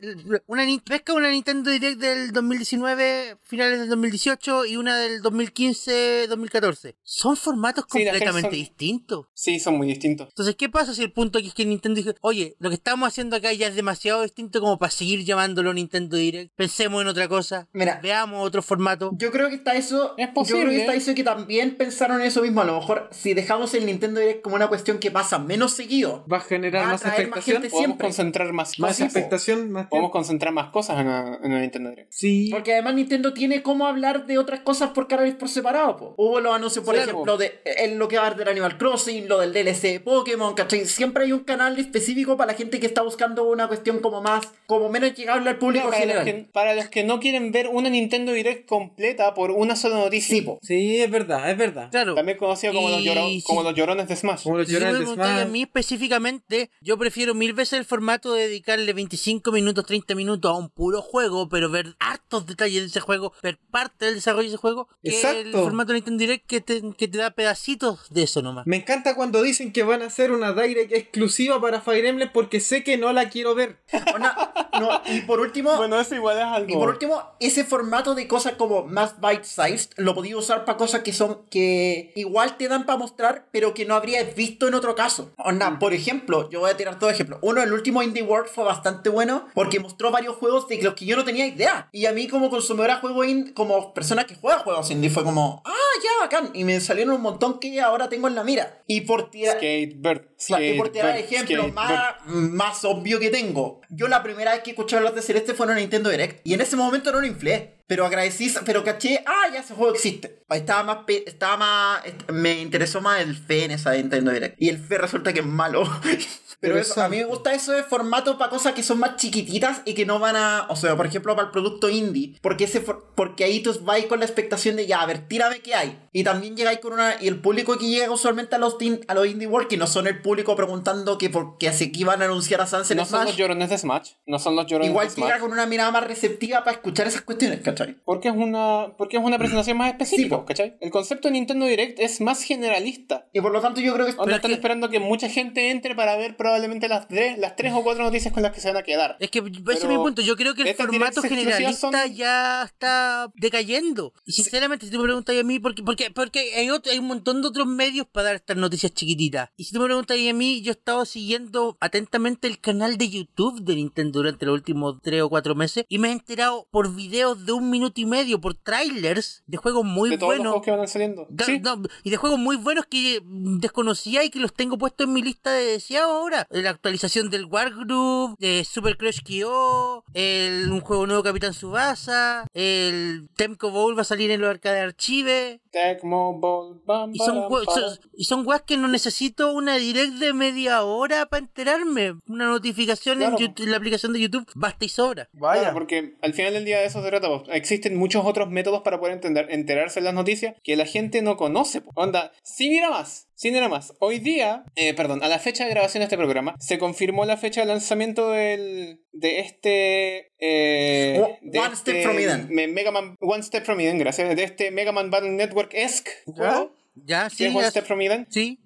[SPEAKER 1] una, ni- pesca una Nintendo Direct del 2019, finales del 2018 y una del 2015-2014. Son formatos
[SPEAKER 2] Sí, las tres
[SPEAKER 1] completamente
[SPEAKER 2] son-
[SPEAKER 1] distintos.
[SPEAKER 2] Sí, son muy distintos.
[SPEAKER 1] Entonces, ¿qué pasa si el punto aquí que es que Nintendo dijo, oye, lo que estamos haciendo acá ya es demasiado distinto como para seguir llamándolo Nintendo Direct. Pensemos en otra cosa.
[SPEAKER 4] Mira.
[SPEAKER 1] Veamos otro formato.
[SPEAKER 4] Yo creo que está eso.
[SPEAKER 2] Es
[SPEAKER 4] Yo creo
[SPEAKER 2] posible. ¿eh?
[SPEAKER 4] que está eso que también pensaron eso mismo. A lo mejor si dejamos el Nintendo Direct como una cuestión que pasa menos seguido,
[SPEAKER 3] Va a generar
[SPEAKER 4] Va a
[SPEAKER 3] más
[SPEAKER 4] atraer más
[SPEAKER 3] expectación.
[SPEAKER 4] gente
[SPEAKER 2] Podemos
[SPEAKER 4] siempre.
[SPEAKER 2] concentrar más
[SPEAKER 3] Más
[SPEAKER 2] cosas.
[SPEAKER 3] expectación, más
[SPEAKER 2] Podemos
[SPEAKER 3] tiempo.
[SPEAKER 2] concentrar más cosas en, la- en la Nintendo Direct.
[SPEAKER 3] Sí.
[SPEAKER 4] Porque además Nintendo tiene cómo hablar de otras cosas por cada vez por separado. po. Hubo los anuncios, por
[SPEAKER 2] Sí,
[SPEAKER 4] ejemplo,
[SPEAKER 2] po.
[SPEAKER 4] de en lo que va a haber del Animal Crossing, lo del DLC de Pokémon, ¿cachai? Siempre hay un canal específico para la gente que está buscando una cuestión como más, como menos llegable al público
[SPEAKER 2] para, los
[SPEAKER 4] general.
[SPEAKER 2] que, para los que no quieren ver una Nintendo Direct completa por una sola noticia.
[SPEAKER 4] Sí, po.
[SPEAKER 3] Sí, es verdad, es verdad.
[SPEAKER 1] Claro.
[SPEAKER 2] También conocido como, los
[SPEAKER 1] Y
[SPEAKER 2] lloro-
[SPEAKER 1] si-
[SPEAKER 2] como los llorones de Smash.
[SPEAKER 3] Como los
[SPEAKER 1] Si tú me
[SPEAKER 3] llorantes
[SPEAKER 1] preguntáis a
[SPEAKER 3] más.
[SPEAKER 1] mí específicamente, yo prefiero mil veces el formato de dedicarle 25 minutos, 30 minutos a un puro juego, pero ver hartos detalles de ese juego, ver parte del desarrollo de ese juego, que el
[SPEAKER 3] Exacto.
[SPEAKER 1] formato Nintendo Direct que te, que te da pedacitos de eso nomás.
[SPEAKER 3] Me encanta cuando dicen que van a hacer una direct exclusiva para Fire Emblem porque sé que no la quiero ver.
[SPEAKER 4] Una- no, y por último,
[SPEAKER 2] Bueno, eso igual es algo.
[SPEAKER 4] Y por último, ese formato de cosas como más bite-sized lo podía usar para cosas que son que igual te dan para mostrar, pero que no habrías visto en otro caso. Onda, por ejemplo, yo voy a tirar dos ejemplos. Uno, el último Indie World fue bastante bueno porque mostró varios juegos de los que yo no tenía idea. Y a mí como consumidora de juegos indie, como persona que juega juegos indie, fue como, ah, ya, bacán. Y me salieron un montón que ahora tengo en la mira. Y por tirar...
[SPEAKER 2] Skatebird.
[SPEAKER 4] Claro, y por tirar
[SPEAKER 2] Skatebird,
[SPEAKER 4] ejemplo
[SPEAKER 2] Skatebird.
[SPEAKER 4] más, más obvio que tengo, yo la primera vez que escuché hablar de Celeste fue en una Nintendo Direct. Y en ese momento no lo inflé. Pero agradecí, pero caché, ah, ya ese juego existe. Estaba más, pe- estaba más, est- me interesó más el fe en esa Nintendo Direct. Y el fe resulta que es malo. Pero eso, a mí me gusta eso de formato para cosas que son más chiquititas y que no van a, o sea, por ejemplo, para el producto indie, porque ese for- porque ahí tú vais con la expectación de ya, a ver, tírame qué hay. Y también llegáis con una y el público que llega usualmente a los tin- a los indie world que no son el público preguntando que por qué así que iban a anunciar a Sunset
[SPEAKER 2] No son los
[SPEAKER 4] Smash,
[SPEAKER 2] llorones de Smash. No son los llorones
[SPEAKER 4] igual
[SPEAKER 2] de Smash.
[SPEAKER 4] llega con una mirada más receptiva para escuchar esas cuestiones, ¿cachai?
[SPEAKER 2] Porque es una, porque es una presentación más específica,
[SPEAKER 4] Sí, po.
[SPEAKER 2] ¿cachai? El concepto de Nintendo Direct es más generalista.
[SPEAKER 4] Y por lo tanto yo creo que
[SPEAKER 2] Onda,
[SPEAKER 1] es
[SPEAKER 2] están
[SPEAKER 1] que-
[SPEAKER 2] esperando que mucha gente entre para ver probablemente las tres, las tres o cuatro noticias con las que se van a quedar.
[SPEAKER 1] Es que ese es mi punto. Yo creo que el
[SPEAKER 2] estas
[SPEAKER 1] formato
[SPEAKER 2] directs exclusivas
[SPEAKER 1] generalista
[SPEAKER 2] son-
[SPEAKER 1] ya está decayendo. Y sinceramente, si tú me preguntas a mí, porque, porque, porque hay, otro- hay un montón de otros medios para dar estas noticias chiquititas. Y si tú me preguntas a mí, yo he estado siguiendo atentamente el canal de YouTube de Nintendo durante los últimos tres o cuatro meses y me he enterado por videos de un minuto y medio, por trailers de juegos muy
[SPEAKER 2] de todos los
[SPEAKER 1] buenos.
[SPEAKER 2] juegos que van saliendo.
[SPEAKER 1] Da-
[SPEAKER 2] Sí.
[SPEAKER 1] no, y de juegos muy buenos que mm, desconocía y que los tengo puestos en mi lista de deseados ahora. Eh, La actualización del Wargroove, de Super Crash KO, el, un juego nuevo Capitán Subasa, el Temco Bowl va a salir en los arcades archive.
[SPEAKER 2] Tecmo Bowl, bam,
[SPEAKER 1] Y son,
[SPEAKER 2] baram,
[SPEAKER 1] jue-
[SPEAKER 2] pam.
[SPEAKER 1] son- y son weas que no necesito una direct de media hora para enterarme. Una notificación
[SPEAKER 2] Claro.
[SPEAKER 1] en, YouTube- en la aplicación de YouTube basta y sobra.
[SPEAKER 2] Claro, porque al final del día de eso se trata. po. Existen muchos otros métodos para poder entender, enterarse de las noticias que la gente no conoce. po. Onda, sin ir a más, sin ir a más. Hoy día, eh, perdón, a la fecha de grabación de este programa, se confirmó la fecha de lanzamiento del, de este... eh,
[SPEAKER 4] O-
[SPEAKER 2] de
[SPEAKER 4] One Step From Eden.
[SPEAKER 2] me- Mega Man, One Step From Eden, gracias. De este Mega Man Battle Network-esque juego,
[SPEAKER 1] ¿Ya?
[SPEAKER 2] que
[SPEAKER 1] Sí,
[SPEAKER 2] es One
[SPEAKER 1] ya-
[SPEAKER 2] Step From Eden
[SPEAKER 1] sí.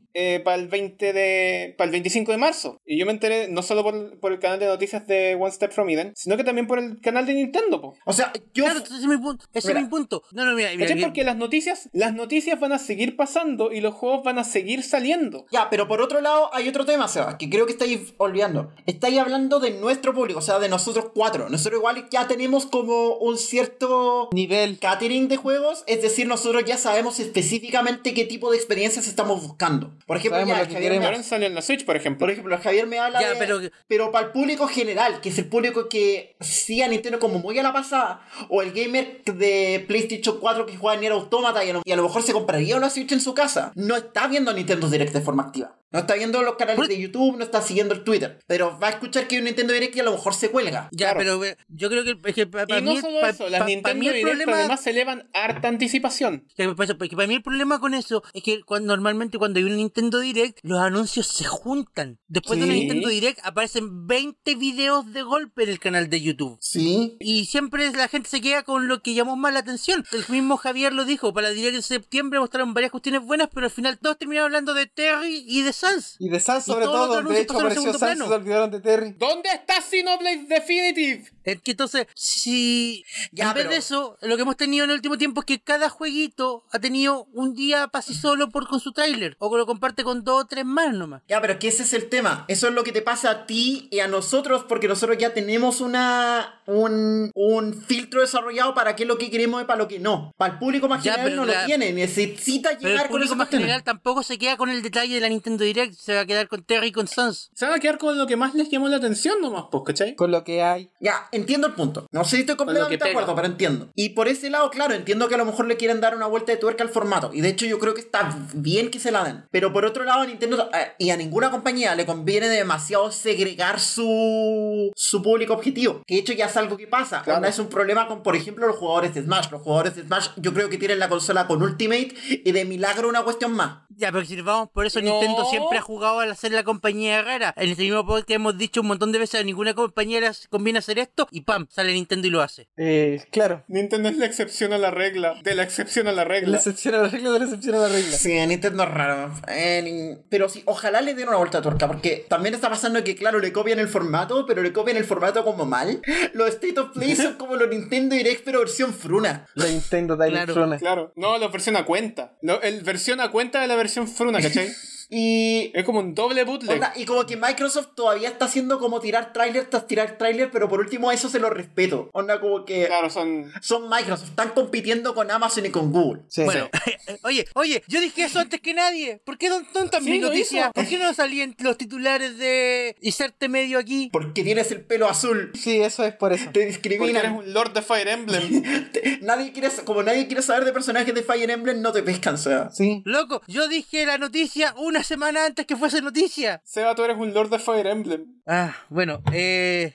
[SPEAKER 2] para el 20 eh, de para el 25 de marzo y yo me enteré no solo por, por el canal de noticias de One Step From Eden sino que también por el canal de Nintendo po.
[SPEAKER 4] O sea, yo
[SPEAKER 1] Claro, ese es mi punto. Ese
[SPEAKER 4] Mira.
[SPEAKER 1] es mi punto. No, no, mira, mira,
[SPEAKER 2] ¿Cachai?
[SPEAKER 1] mira.
[SPEAKER 2] porque las noticias las noticias van a seguir pasando y los juegos van a seguir saliendo
[SPEAKER 4] Ya, pero por otro lado hay otro tema, Seba, que creo que estáis olvidando. Estáis hablando de nuestro público, o sea, de nosotros cuatro. Nosotros igual ya tenemos como un cierto
[SPEAKER 3] Nivel.
[SPEAKER 4] catering de juegos, es decir, nosotros ya sabemos específicamente qué tipo de experiencias estamos buscando. Por ejemplo,
[SPEAKER 3] Sabemos
[SPEAKER 4] ya,
[SPEAKER 3] lo que
[SPEAKER 4] Javier
[SPEAKER 3] queremos.
[SPEAKER 4] me,
[SPEAKER 2] ahora salió en la Switch por ejemplo
[SPEAKER 4] por ejemplo, Javier me habla
[SPEAKER 1] Ya,
[SPEAKER 4] de-
[SPEAKER 1] pero-
[SPEAKER 4] para el público general, que es el público que sigue a Nintendo como muy a la pasada, o el gamer de PlayStation 4 que juega en Nier Automata y a, lo, y a lo mejor se compraría una Switch en su casa, no está viendo Nintendo Direct de forma activa. No está viendo los canales
[SPEAKER 1] Por-
[SPEAKER 4] de YouTube, no está siguiendo el Twitter, pero va a escuchar que hay un Nintendo Direct y a lo mejor se cuelga.
[SPEAKER 1] Ya,
[SPEAKER 2] Claro.
[SPEAKER 1] pero eh, yo creo que, es que pa- para
[SPEAKER 2] y no
[SPEAKER 1] mí,
[SPEAKER 2] solo
[SPEAKER 1] pa-
[SPEAKER 2] eso las
[SPEAKER 1] pa- pa-
[SPEAKER 2] Nintendo
[SPEAKER 1] mí el
[SPEAKER 2] Direct
[SPEAKER 1] problema,
[SPEAKER 2] además elevan harta anticipación
[SPEAKER 1] que me pasa- porque para mí el problema con eso es que cuando, normalmente cuando hay un Nintendo Direct, los anuncios se juntan. Después de un
[SPEAKER 2] Sí.
[SPEAKER 1] Nintendo Direct aparecen 20 videos de golpe en el canal de YouTube.
[SPEAKER 4] Sí.
[SPEAKER 1] Y siempre la gente se queda con lo que llamó más la atención. El mismo Javier lo dijo, para la Direct de septiembre mostraron varias cuestiones buenas, pero al final todos terminaron hablando de Terry y de Sans.
[SPEAKER 3] Y de Sans
[SPEAKER 1] Y
[SPEAKER 3] sobre
[SPEAKER 1] todo lo
[SPEAKER 3] todo,
[SPEAKER 1] que
[SPEAKER 3] de
[SPEAKER 1] anuncia
[SPEAKER 3] hecho
[SPEAKER 1] pasó en
[SPEAKER 3] apareció
[SPEAKER 1] segundo
[SPEAKER 3] Sans,
[SPEAKER 1] plano.
[SPEAKER 3] se olvidaron de Terry.
[SPEAKER 2] ¿dónde está Xenoblade Definitive?
[SPEAKER 1] Es que Entonces, si
[SPEAKER 4] Ya,
[SPEAKER 1] en vez
[SPEAKER 4] pero-
[SPEAKER 1] de eso, lo que hemos tenido en el último tiempo es que cada jueguito ha tenido un día para sí solo por con su tráiler, o que lo comparte con dos o tres más nomás.
[SPEAKER 4] Ya, pero es que ese es el tema. Eso es lo que te pasa a ti y a nosotros, porque nosotros ya tenemos una un, un filtro desarrollado para qué es lo que queremos y para lo que no. Para el público más
[SPEAKER 1] Ya,
[SPEAKER 4] general
[SPEAKER 1] pero
[SPEAKER 4] no
[SPEAKER 1] la-
[SPEAKER 4] lo tiene. Necesita
[SPEAKER 1] Pero el
[SPEAKER 4] llegar con
[SPEAKER 1] público
[SPEAKER 4] eso
[SPEAKER 1] más general tampoco se queda con el detalle de la Nintendo Direct, se va a quedar con Terry y con Sans.
[SPEAKER 2] Se van a quedar con lo que más les llamó la atención nomás, pues, ¿cachai?
[SPEAKER 3] Con lo que hay.
[SPEAKER 4] Ya, entiendo el punto. No sé si estoy completamente
[SPEAKER 2] pega.
[SPEAKER 4] de acuerdo, pero entiendo. Y por ese lado, claro, entiendo que a lo mejor le quieren dar una vuelta de tuerca al formato. Y de hecho, yo creo que está bien que se la den. Pero por otro lado, a Nintendo eh, y a ninguna compañía le conviene demasiado segregar su, su público objetivo. Que de hecho ya es algo que pasa.
[SPEAKER 2] Claro.
[SPEAKER 4] Onda, es un problema con, por ejemplo, los jugadores de Smash. Los jugadores de Smash, yo creo que tienen la consola con Ultimate y de milagro una cuestión más.
[SPEAKER 1] Ya, pero si nos vamos por eso,
[SPEAKER 2] No.
[SPEAKER 1] Nintendo siempre ha jugado al hacer la compañía rara. En este mismo podcast hemos dicho un montón de veces a ninguna compañía les conviene hacer esto y ¡pam! sale Nintendo y lo hace.
[SPEAKER 3] Eh, claro.
[SPEAKER 2] Nintendo es la excepción a la regla. De la excepción a la
[SPEAKER 3] La
[SPEAKER 2] regla.
[SPEAKER 3] excepción a la regla de la excepción a la regla.
[SPEAKER 4] Sí, Nintendo es raro. Eh, ni- pero sí, ojalá le den una vuelta a tuerca, porque también está pasando que, claro, le copian el formato, pero le copian el formato como mal. Los State of Play son como los Nintendo Direct, pero versión fruna.
[SPEAKER 3] La Nintendo Direct
[SPEAKER 1] Claro.
[SPEAKER 3] Fruna.
[SPEAKER 2] Claro. No, la versión a cuenta. Lo- el versión a cuenta de la versión fruna, ¿cachai?
[SPEAKER 4] Y.
[SPEAKER 2] es como un doble bootleg.
[SPEAKER 4] onda, y como que Microsoft todavía está haciendo como tirar trailer tras tirar trailer, pero por último eso se lo respeto. Onda, como que
[SPEAKER 2] Claro, son...
[SPEAKER 4] son Microsoft, están compitiendo con Amazon y con Google.
[SPEAKER 3] Sí.
[SPEAKER 1] Bueno, eh, oye, oye, yo dije eso antes que nadie. ¿Por qué son tontas
[SPEAKER 2] Sí,
[SPEAKER 1] mis
[SPEAKER 2] lo
[SPEAKER 1] noticias?
[SPEAKER 2] hizo.
[SPEAKER 1] ¿Por qué no salían los titulares de Inserte Medio aquí?
[SPEAKER 4] Porque tienes el pelo azul.
[SPEAKER 3] Sí, eso es por eso.
[SPEAKER 4] Te
[SPEAKER 2] Porque eres
[SPEAKER 4] discriminan.
[SPEAKER 2] un Lord de Fire Emblem.
[SPEAKER 4] Te- nadie quiere, sa- como nadie quiere saber de personajes de Fire Emblem, no te pescan, o sea.
[SPEAKER 3] Sí.
[SPEAKER 1] Loco, yo dije la noticia una semana antes que fuese noticia.
[SPEAKER 2] Seba, tú eres un Lord de Fire Emblem.
[SPEAKER 1] Ah, bueno, eh...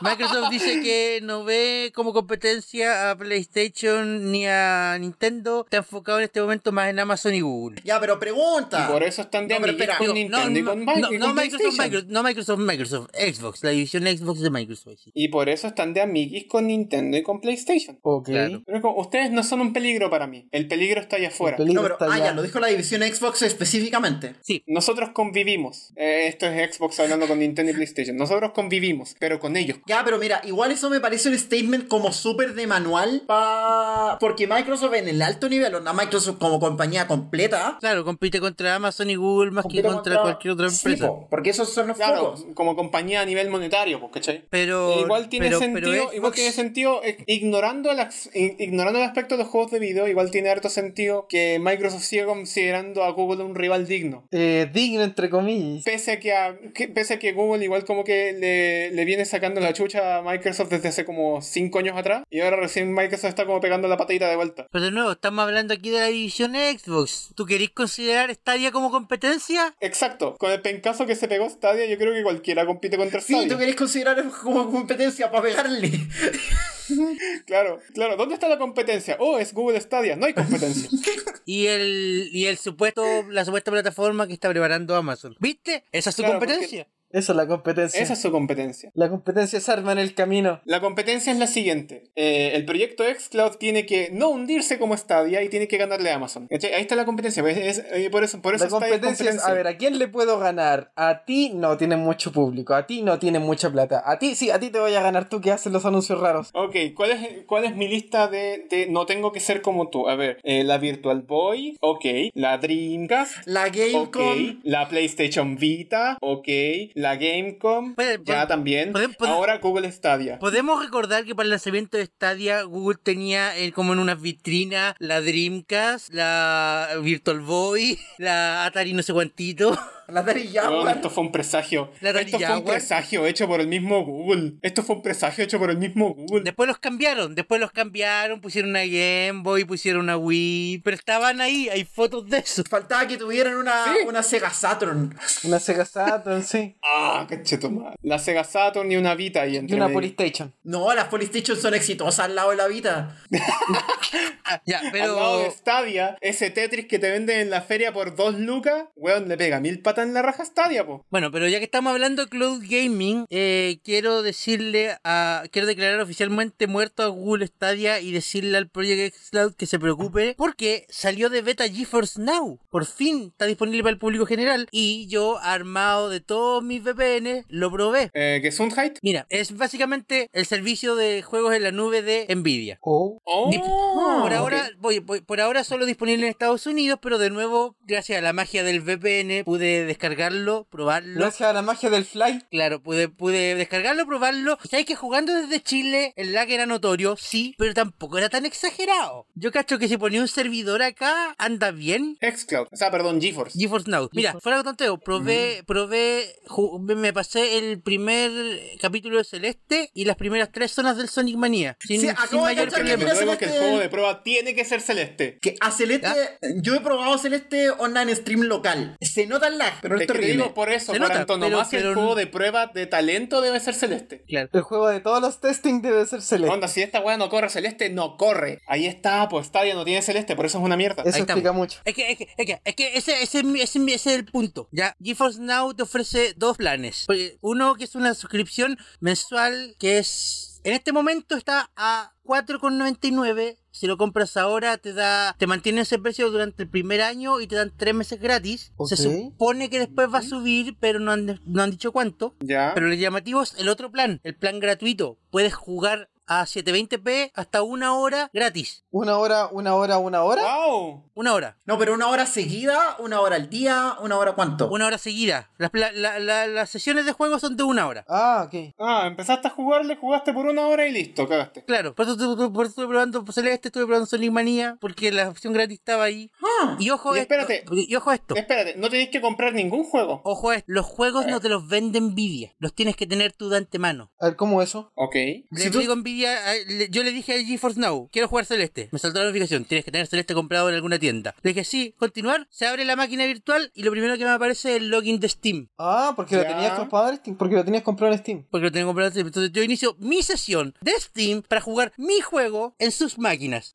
[SPEAKER 1] Microsoft dice que no ve como competencia a PlayStation ni a Nintendo. Está enfocado en este momento más en Amazon y Google. Eh,
[SPEAKER 4] Ya, pero pregunta.
[SPEAKER 2] Por eso están de
[SPEAKER 4] No, pero
[SPEAKER 2] amiguis
[SPEAKER 4] espera,
[SPEAKER 2] con
[SPEAKER 1] Digo,
[SPEAKER 2] Nintendo y con,
[SPEAKER 1] no,
[SPEAKER 2] Mi-
[SPEAKER 1] no,
[SPEAKER 2] y
[SPEAKER 1] no
[SPEAKER 2] con
[SPEAKER 1] Microsoft,
[SPEAKER 2] PlayStation.
[SPEAKER 1] Microsoft, no Microsoft, Microsoft, Xbox, la división Xbox de Microsoft. sí.
[SPEAKER 2] Y por eso están de amiguis con Nintendo y con PlayStation.
[SPEAKER 3] Ok.
[SPEAKER 1] Claro.
[SPEAKER 2] Pero es como, ustedes no son un peligro para mí. El peligro está allá afuera.
[SPEAKER 3] El
[SPEAKER 4] No,
[SPEAKER 3] peligro
[SPEAKER 4] pero
[SPEAKER 3] está
[SPEAKER 4] ah,
[SPEAKER 3] allá.
[SPEAKER 4] ya, lo dijo la división Xbox específicamente.
[SPEAKER 1] Sí,
[SPEAKER 2] Nosotros convivimos. Eh, esto es Xbox hablando con Nintendo y PlayStation. Nosotros convivimos, pero con ellos.
[SPEAKER 4] Ya, pero mira, igual eso me parece un statement como súper de manual pa... Porque Microsoft en el alto nivel, onda Microsoft como compañía completa...
[SPEAKER 1] claro, compite contra Amazon y Google más que
[SPEAKER 2] Compite
[SPEAKER 1] contra,
[SPEAKER 2] contra-
[SPEAKER 1] cualquier otra
[SPEAKER 4] Sí,
[SPEAKER 1] empresa.
[SPEAKER 4] po, porque esos son los
[SPEAKER 2] Claro,
[SPEAKER 4] focos.
[SPEAKER 2] como compañía a nivel monetario, pues, ¿cachai?
[SPEAKER 1] pero
[SPEAKER 2] igual tiene
[SPEAKER 1] pero- pero
[SPEAKER 2] sentido, igual
[SPEAKER 1] Xbox-
[SPEAKER 2] tiene sentido, eh, ignorando el, ac- i- ignorando el aspecto de los juegos de video, igual tiene harto sentido que Microsoft siga considerando a Google un rival digno.
[SPEAKER 3] Eh, digno, entre comillas.
[SPEAKER 2] Pese a que, a- que- pese a que Google igual como que le, le viene sacando la chucha a Microsoft desde hace como 5 años atrás y ahora recién Microsoft está como pegando la patita de vuelta.
[SPEAKER 1] Pero de nuevo, estamos hablando aquí de la división Xbox. ¿Tú querés considerar Stadia como competencia?
[SPEAKER 2] Exacto, con el pencazo que se pegó Stadia yo creo que cualquiera compite contra
[SPEAKER 4] Sí,
[SPEAKER 2] Stadia.
[SPEAKER 4] tú querés considerar como competencia para pegarle.
[SPEAKER 2] Claro, claro, ¿dónde está la competencia? Oh, es Google Stadia, no hay competencia.
[SPEAKER 1] Y el y el supuesto la supuesta plataforma que está preparando Amazon. ¿Viste? Esa es su
[SPEAKER 2] Claro,
[SPEAKER 1] competencia.
[SPEAKER 3] Esa es la competencia.
[SPEAKER 2] Esa es su competencia.
[SPEAKER 3] La competencia es arma en el camino.
[SPEAKER 2] La competencia es la siguiente. Eh, el proyecto xCloud tiene que no hundirse como Stadia y tiene que ganarle a Amazon. ¿Cachai? Ahí está la competencia. pues, es- eh, por eso, por eso
[SPEAKER 3] la
[SPEAKER 2] Stadia
[SPEAKER 3] competencia,
[SPEAKER 2] es
[SPEAKER 3] es, a ver, ¿a quién le puedo ganar? A ti no tienen mucho público, a ti no tienen mucha plata. A ti sí, a ti te voy a ganar tú que haces los anuncios raros.
[SPEAKER 2] Ok, ¿cuál es, ¿cuál es mi lista de, de no tengo que ser como tú? A ver, eh, la Virtual Boy, ok, la Dreamcast,
[SPEAKER 4] La Gamecom...
[SPEAKER 2] ok, la PlayStation Vita, ok, la Gamecom,
[SPEAKER 1] Puede- puede-
[SPEAKER 2] ya también,
[SPEAKER 1] puede- puede-
[SPEAKER 2] ahora Google Stadia.
[SPEAKER 1] Podemos recordar que para el lanzamiento de Stadia, Google tenía eh, como en una vitrina la Dreamcast, la Virtual Boy, la Atari no sé cuántito.
[SPEAKER 4] La Daddy
[SPEAKER 2] Weón,
[SPEAKER 4] Jaguar.
[SPEAKER 2] esto fue un presagio.
[SPEAKER 1] La
[SPEAKER 2] Esto fue un
[SPEAKER 1] Jaguar.
[SPEAKER 2] presagio hecho por el mismo Google. Esto fue un presagio hecho por el mismo Google.
[SPEAKER 1] Después los cambiaron, después los cambiaron, pusieron una Game Boy, pusieron una Wii, pero estaban ahí, hay fotos de eso.
[SPEAKER 4] Faltaba que tuvieran una,
[SPEAKER 2] Sí.
[SPEAKER 4] una Sega Saturn.
[SPEAKER 3] Una Sega Saturn, sí.
[SPEAKER 2] Ah, cachetomar. La Sega Saturn y una Vita ahí
[SPEAKER 3] Y
[SPEAKER 2] entre
[SPEAKER 3] una
[SPEAKER 2] medio.
[SPEAKER 3] Polystation.
[SPEAKER 4] No, las Polystation son exitosas al lado de la vida.
[SPEAKER 1] Ah, ya,
[SPEAKER 2] Al lado de
[SPEAKER 1] pero
[SPEAKER 2] Stadia, ese Tetris que te venden en la feria por dos lucas, weón, le pega mil patas está en la raja Stadia, po.
[SPEAKER 1] Bueno, pero ya que estamos hablando de cloud gaming, eh, quiero decirle a. Quiero declarar oficialmente muerto a Google Stadia y decirle al Project Xcloud que se preocupe porque salió de beta GeForce Now. Por fin está disponible para el público general y yo, armado de todos mis VPN, lo probé.
[SPEAKER 2] Eh, Gesundheit.
[SPEAKER 1] Mira, es básicamente el servicio de juegos en la nube de Nvidia.
[SPEAKER 3] Oh.
[SPEAKER 2] Oh,
[SPEAKER 1] Dip- Por ahora, voy- voy- por ahora solo disponible en Estados Unidos, pero de nuevo, gracias a la magia del VPN, pude descargarlo, probarlo.
[SPEAKER 3] Gracias a la magia del fly.
[SPEAKER 1] Claro, pude, pude descargarlo, probarlo. Y sabéis que jugando desde Chile, el lag era notorio, sí, pero tampoco era tan exagerado. Yo cacho que si ponía un servidor acá, anda bien.
[SPEAKER 2] Xcloud. O sea, perdón, GeForce.
[SPEAKER 1] GeForce Now. Mira, fuera de tonteo, probé, probé, ju- me pasé el primer capítulo de Celeste y las primeras tres zonas del Sonic Manía. Sin,
[SPEAKER 4] Sí,
[SPEAKER 1] sin
[SPEAKER 4] acabo de
[SPEAKER 1] mayor
[SPEAKER 4] cachar
[SPEAKER 2] Que
[SPEAKER 1] problema.
[SPEAKER 2] me
[SPEAKER 4] Mira,
[SPEAKER 2] duele que el
[SPEAKER 4] Celeste-
[SPEAKER 2] juego de prueba tiene que ser celeste.
[SPEAKER 4] Que a Celeste, yo he probado Celeste online stream local. Se nota el lag, pero no
[SPEAKER 2] Te,
[SPEAKER 4] es
[SPEAKER 2] te
[SPEAKER 4] terrible.
[SPEAKER 2] digo por eso,
[SPEAKER 1] Se
[SPEAKER 2] por
[SPEAKER 1] nota,
[SPEAKER 2] antonomasia,
[SPEAKER 1] pero- pero-
[SPEAKER 2] el juego de prueba de talento debe ser celeste.
[SPEAKER 1] Claro.
[SPEAKER 3] El juego de todos los testing debe ser celeste.
[SPEAKER 2] Onda, si esta weá no corre celeste, no corre. Ahí está, pues Stadia no tiene celeste, por eso es una mierda.
[SPEAKER 3] Eso
[SPEAKER 1] Ahí estamos.
[SPEAKER 3] explica mucho.
[SPEAKER 1] Es que, es que, es que, es que ese, ese, ese, ese es el punto. Ya, GeForce Now te ofrece dos planes. Porque Uno que es una suscripción mensual que es... En este momento está a 4,99. Si lo compras ahora, te da te mantiene ese precio durante el primer año y te dan tres meses gratis. Se
[SPEAKER 3] Ok.
[SPEAKER 1] supone que después va a subir, pero no han, no han dicho cuánto.
[SPEAKER 2] Ya.
[SPEAKER 1] Pero lo llamativo es el otro plan, el plan gratuito. Puedes jugar a 720p hasta una hora gratis.
[SPEAKER 3] Una hora, una hora, una hora.
[SPEAKER 2] ¡Wow!
[SPEAKER 1] Una hora.
[SPEAKER 4] No, pero una hora seguida, una hora al día, una hora cuánto.
[SPEAKER 1] Una hora seguida. Las, pla- la- la- las sesiones de juego son de una hora.
[SPEAKER 3] Ah, ok.
[SPEAKER 2] Ah, empezaste a jugarle, jugaste por una hora y listo, cagaste.
[SPEAKER 1] Claro, por eso, tu- tu- por eso estuve probando Celeste, estuve probando Sonic Manía, porque la opción gratis estaba ahí.
[SPEAKER 4] Ah.
[SPEAKER 1] Y ojo
[SPEAKER 2] Y
[SPEAKER 1] a esto.
[SPEAKER 2] espérate.
[SPEAKER 1] Y ojo a esto.
[SPEAKER 2] Espérate, no tenéis que comprar ningún juego.
[SPEAKER 1] Ojo a esto. Los juegos no te los vende Nvidia. Los tienes que tener tú de antemano.
[SPEAKER 3] A ver, ¿cómo eso?
[SPEAKER 2] Ok.
[SPEAKER 1] Le
[SPEAKER 4] Si tú-
[SPEAKER 1] digo a Nvidia, eh, le- yo le dije a GeForce Now, quiero jugar Celeste. Me saltó la notificación, tienes que tener Celeste comprado en alguna tienda. Le dije, sí, continuar, se abre la máquina virtual y lo primero que me aparece es el login de Steam.
[SPEAKER 3] Ah, porque lo
[SPEAKER 2] Ya.
[SPEAKER 3] tenías comprado en Steam. Porque lo tenías comprado en Steam.
[SPEAKER 1] Porque lo tengo comprado en Steam. Entonces yo inicio mi sesión de Steam para jugar mi juego en sus máquinas.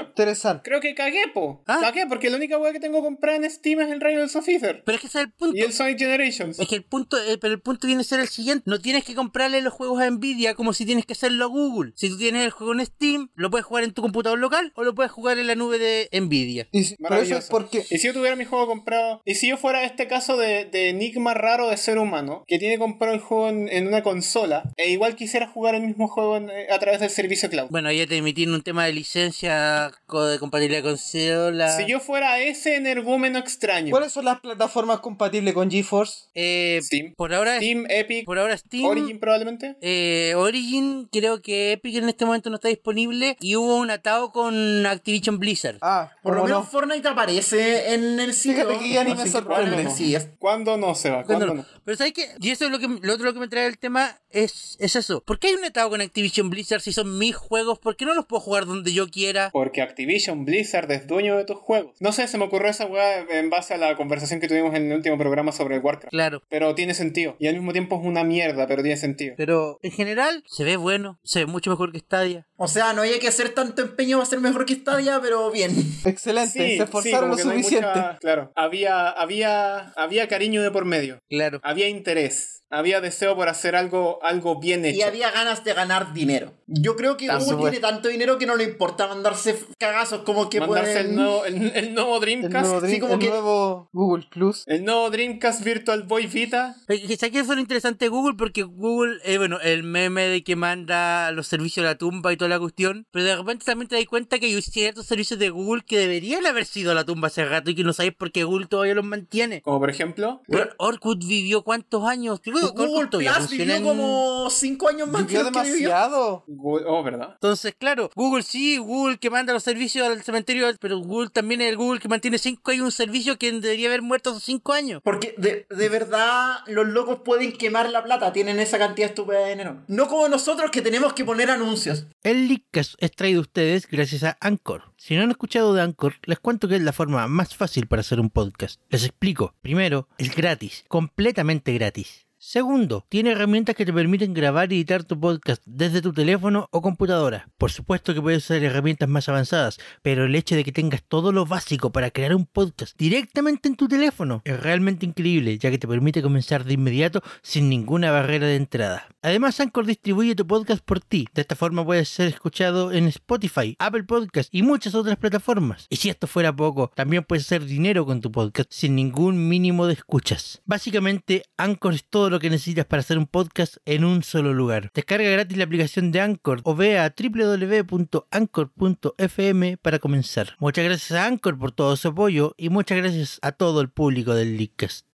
[SPEAKER 3] Interesante.
[SPEAKER 2] Creo que cagué, po.
[SPEAKER 1] Ah.
[SPEAKER 2] Cagué, porque la única weá que tengo comprada en Steam es el Rivals of Ether.
[SPEAKER 1] Pero es que ese es el punto.
[SPEAKER 2] Y el Sonic Generations.
[SPEAKER 1] Es que el punto, eh, pero el punto viene a ser el siguiente. No tienes que comprarle los juegos a Nvidia como si tienes que hacerlo a Google. Si tú tienes el juego en Steam, lo puedes jugar en tu computador local o lo puedes jugar en la nube de Nvidia.
[SPEAKER 3] Y si- pero eso
[SPEAKER 2] Maravilloso.
[SPEAKER 3] es porque.
[SPEAKER 2] Y si yo tuviera mi juego comprado. Y si yo fuera este caso de, de enigma raro de ser humano, que tiene comprado el juego en, en una consola, e igual quisiera jugar el mismo juego en- eh, a través del servicio cloud.
[SPEAKER 1] Bueno, ya te emitir un tema de licencia co- de compatibilidad con Ceola.
[SPEAKER 2] Si yo fuera ese energúmeno extraño.
[SPEAKER 3] ¿Cuáles son las plataformas compatibles con GeForce?
[SPEAKER 1] Eh,
[SPEAKER 2] Steam.
[SPEAKER 1] Por ahora,
[SPEAKER 2] Steam, Epic,
[SPEAKER 1] por ahora Steam.
[SPEAKER 2] Origin probablemente.
[SPEAKER 1] Eh, Origin, creo que Epic en este momento no está disponible y hubo un atado con Activision Blizzard.
[SPEAKER 3] Ah,
[SPEAKER 4] Por lo
[SPEAKER 3] ¿cómo
[SPEAKER 4] menos
[SPEAKER 3] no?
[SPEAKER 4] Fortnite aparece en el sitio.
[SPEAKER 3] Fíjate que ya ni me
[SPEAKER 4] Así
[SPEAKER 3] sorprende.
[SPEAKER 4] probablemente Sí, es-
[SPEAKER 2] ¿Cuándo no se va?
[SPEAKER 1] Cuando
[SPEAKER 2] ¿Cuándo
[SPEAKER 1] no.
[SPEAKER 2] no?
[SPEAKER 1] Pero ¿sabes qué? Y eso es lo que lo otro que me trae el tema es, es eso. ¿Por qué hay un atado con Activision Blizzard si son mis juegos? ¿Por qué no los puedo jugar donde yo quiera?
[SPEAKER 2] Porque Activision Blizzard es dueño de tus juegos. No sé, se me ocurrió esa weá en base a la conversación que tuvimos en el último programa sobre el Warcraft.
[SPEAKER 1] Claro.
[SPEAKER 2] Pero tiene sentido. Y al mismo tiempo es una mierda, pero tiene sentido.
[SPEAKER 1] Pero en general se ve bueno, se ve mucho mejor que Stadia.
[SPEAKER 4] O sea, no hay que hacer tanto empeño para ser mejor que Stadia, pero bien.
[SPEAKER 3] Excelente, se esforzaron
[SPEAKER 2] como
[SPEAKER 3] lo
[SPEAKER 2] que no hay
[SPEAKER 3] suficiente.
[SPEAKER 2] mucha- claro, había, había, había cariño de por medio,
[SPEAKER 1] Claro.
[SPEAKER 2] había interés, había deseo por hacer algo, algo bien hecho.
[SPEAKER 4] Y había ganas de ganar dinero. Yo creo que
[SPEAKER 3] Por
[SPEAKER 4] Google
[SPEAKER 3] supuesto.
[SPEAKER 4] tiene tanto dinero que no le importa mandarse f- cagazos como que
[SPEAKER 2] Mandarse
[SPEAKER 4] pueden-
[SPEAKER 2] el, nuevo, el, el nuevo
[SPEAKER 3] El
[SPEAKER 2] Dreamcast,
[SPEAKER 3] nuevo,
[SPEAKER 4] sí,
[SPEAKER 3] Dream-
[SPEAKER 4] como
[SPEAKER 3] el
[SPEAKER 4] que-
[SPEAKER 3] nuevo Google Plus.
[SPEAKER 2] el nuevo Dreamcast Virtual Boy Vita.
[SPEAKER 1] Eh, que- ¿Sabes qué fue lo interesante de Google? Porque Google, eh, bueno, el meme de que manda los servicios a la tumba y toda la cuestión, pero de repente también te das cuenta que hay ciertos servicios de Google que deberían haber sido a la tumba hace rato y que no sabéis por qué Google todavía los mantiene.
[SPEAKER 2] Como por ejemplo,
[SPEAKER 1] Bueno, Orkut vivió cuántos años. Yo creo que
[SPEAKER 4] Google
[SPEAKER 1] Orkut todavía
[SPEAKER 4] Plus
[SPEAKER 1] funciona
[SPEAKER 4] vivió
[SPEAKER 1] en-
[SPEAKER 4] como 5 años más
[SPEAKER 3] Vivió
[SPEAKER 4] que los que vivió.
[SPEAKER 3] demasiado.
[SPEAKER 2] Gu- oh, ¿verdad?
[SPEAKER 1] Entonces, claro, Google sí, Google que manda los servicios al cementerio, pero Google también es el Google que mantiene cinco y un servicio que debería haber muerto hace cinco años.
[SPEAKER 4] Porque de, de verdad los locos pueden quemar la plata, tienen esa cantidad estúpida de dinero. No como nosotros que tenemos que poner anuncios.
[SPEAKER 1] El Leadcast es traído a ustedes gracias a Anchor. Si no han escuchado de Anchor, les cuento que es la forma más fácil para hacer un podcast. Les explico. Primero, es gratis, completamente gratis. Segundo, tiene herramientas que te permiten grabar y editar tu podcast desde tu teléfono o computadora. Por supuesto que puedes usar herramientas más avanzadas, pero el hecho de que tengas todo lo básico para crear un podcast directamente en tu teléfono es realmente increíble, ya que te permite comenzar de inmediato sin ninguna barrera de entrada. Además, Anchor distribuye tu podcast por ti. De esta forma puedes ser escuchado en Spotify, Apple Podcasts y muchas otras plataformas. Y si esto fuera poco, también puedes hacer dinero con tu podcast sin ningún mínimo de escuchas. Básicamente, Anchor es todo lo que necesitas para hacer un podcast en un solo lugar. Descarga gratis la aplicación de Anchor o ve a www.anchor.fm para comenzar. Muchas gracias a Anchor por todo su apoyo y muchas gracias a todo el público del Leadcast.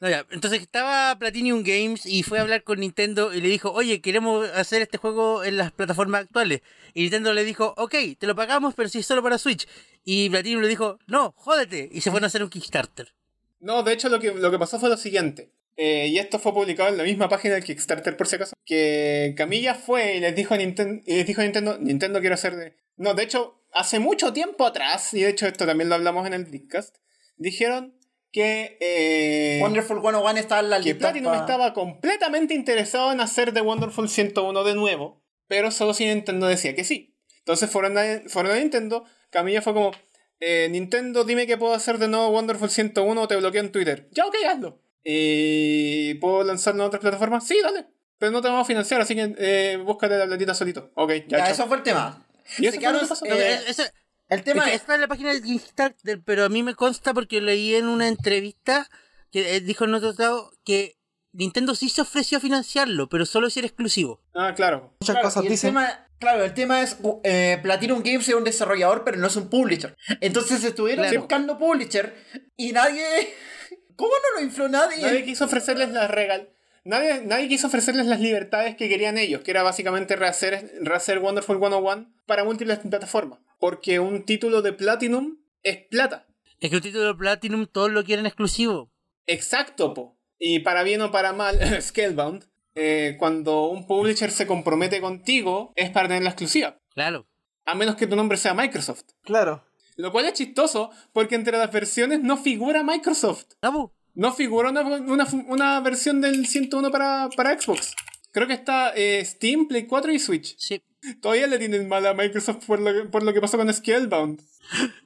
[SPEAKER 1] No, ya. Entonces estaba Platinum Games y fue a hablar con Nintendo y le dijo, oye, queremos hacer este juego en las plataformas actuales. Y Nintendo le dijo, ok, te lo pagamos, pero si es solo para Switch. Y Platinum le dijo, no, jódete. Y se fueron a hacer un Kickstarter.
[SPEAKER 2] No, de hecho lo que, lo que pasó fue lo siguiente. Eh, y esto fue publicado en la misma página del Kickstarter por si acaso. Que Camilla fue y les dijo a Nintendo, y les dijo a Nintendo, Nintendo quiero hacer... de-". No, de hecho, hace mucho tiempo atrás, y de hecho esto también lo hablamos en el podcast, dijeron que... eh,
[SPEAKER 4] Wonderful 101 está en la
[SPEAKER 2] que
[SPEAKER 4] lista.
[SPEAKER 2] Platinum
[SPEAKER 4] pa-
[SPEAKER 2] estaba completamente interesado en hacer The Wonderful 101 de nuevo, pero solo si Nintendo decía que sí. Entonces fueron a, fueron a Nintendo, Camilla fue como, eh, Nintendo, dime que puedo hacer de nuevo Wonderful 101 o te bloqueo en Twitter. Ya, ok, hazlo. ¿Y puedo lanzarlo en otras plataformas? Sí, dale. Pero no te vamos a financiar, así que eh, búscate la platita solito. Ok, ya,
[SPEAKER 4] Ya,
[SPEAKER 2] chao.
[SPEAKER 4] eso fue el tema.
[SPEAKER 2] Y eso
[SPEAKER 4] Se
[SPEAKER 2] fue lo
[SPEAKER 4] quedaron-
[SPEAKER 2] que pasó.
[SPEAKER 4] eh,
[SPEAKER 1] Eh, eso-
[SPEAKER 4] el
[SPEAKER 1] Es
[SPEAKER 4] tema
[SPEAKER 1] que
[SPEAKER 4] es...
[SPEAKER 1] está en la página del Kickstarter, pero a mí me consta porque leí en una entrevista que eh, dijo en otro lado que Nintendo sí se ofreció a financiarlo, pero solo si era exclusivo.
[SPEAKER 2] Ah, claro.
[SPEAKER 3] Muchas
[SPEAKER 4] Claro,
[SPEAKER 3] cosas
[SPEAKER 4] y el
[SPEAKER 3] dicen.
[SPEAKER 4] tema- claro, el tema es eh, Platinum Games es un desarrollador, pero no es un publisher. Entonces estuvieron
[SPEAKER 1] Claro.
[SPEAKER 4] buscando publisher y nadie. ¿Cómo no lo infló nadie?
[SPEAKER 2] Nadie quiso ofrecerles las regal. Nadie, nadie quiso ofrecerles las libertades que querían ellos, que era básicamente rehacer, rehacer Wonderful 101 para múltiples plataformas. Porque un título de Platinum es plata.
[SPEAKER 1] Es que el título Platinum todos lo quieren exclusivo.
[SPEAKER 2] Exacto, po. Y para bien o para mal, Scalebound, eh, cuando un publisher se compromete contigo, es para tener la exclusiva.
[SPEAKER 1] Claro.
[SPEAKER 2] A menos que tu nombre sea Microsoft.
[SPEAKER 3] Claro.
[SPEAKER 2] Lo cual es chistoso, porque entre las versiones no figura Microsoft.
[SPEAKER 1] No, ¿Ah, po.
[SPEAKER 2] No figura una, una, una versión del 101 para, para Xbox. Creo que está eh, Steam, Play 4 y Switch.
[SPEAKER 1] sí.
[SPEAKER 2] Todavía le tienen mal a Microsoft por lo, que- por lo que pasó con Scalebound.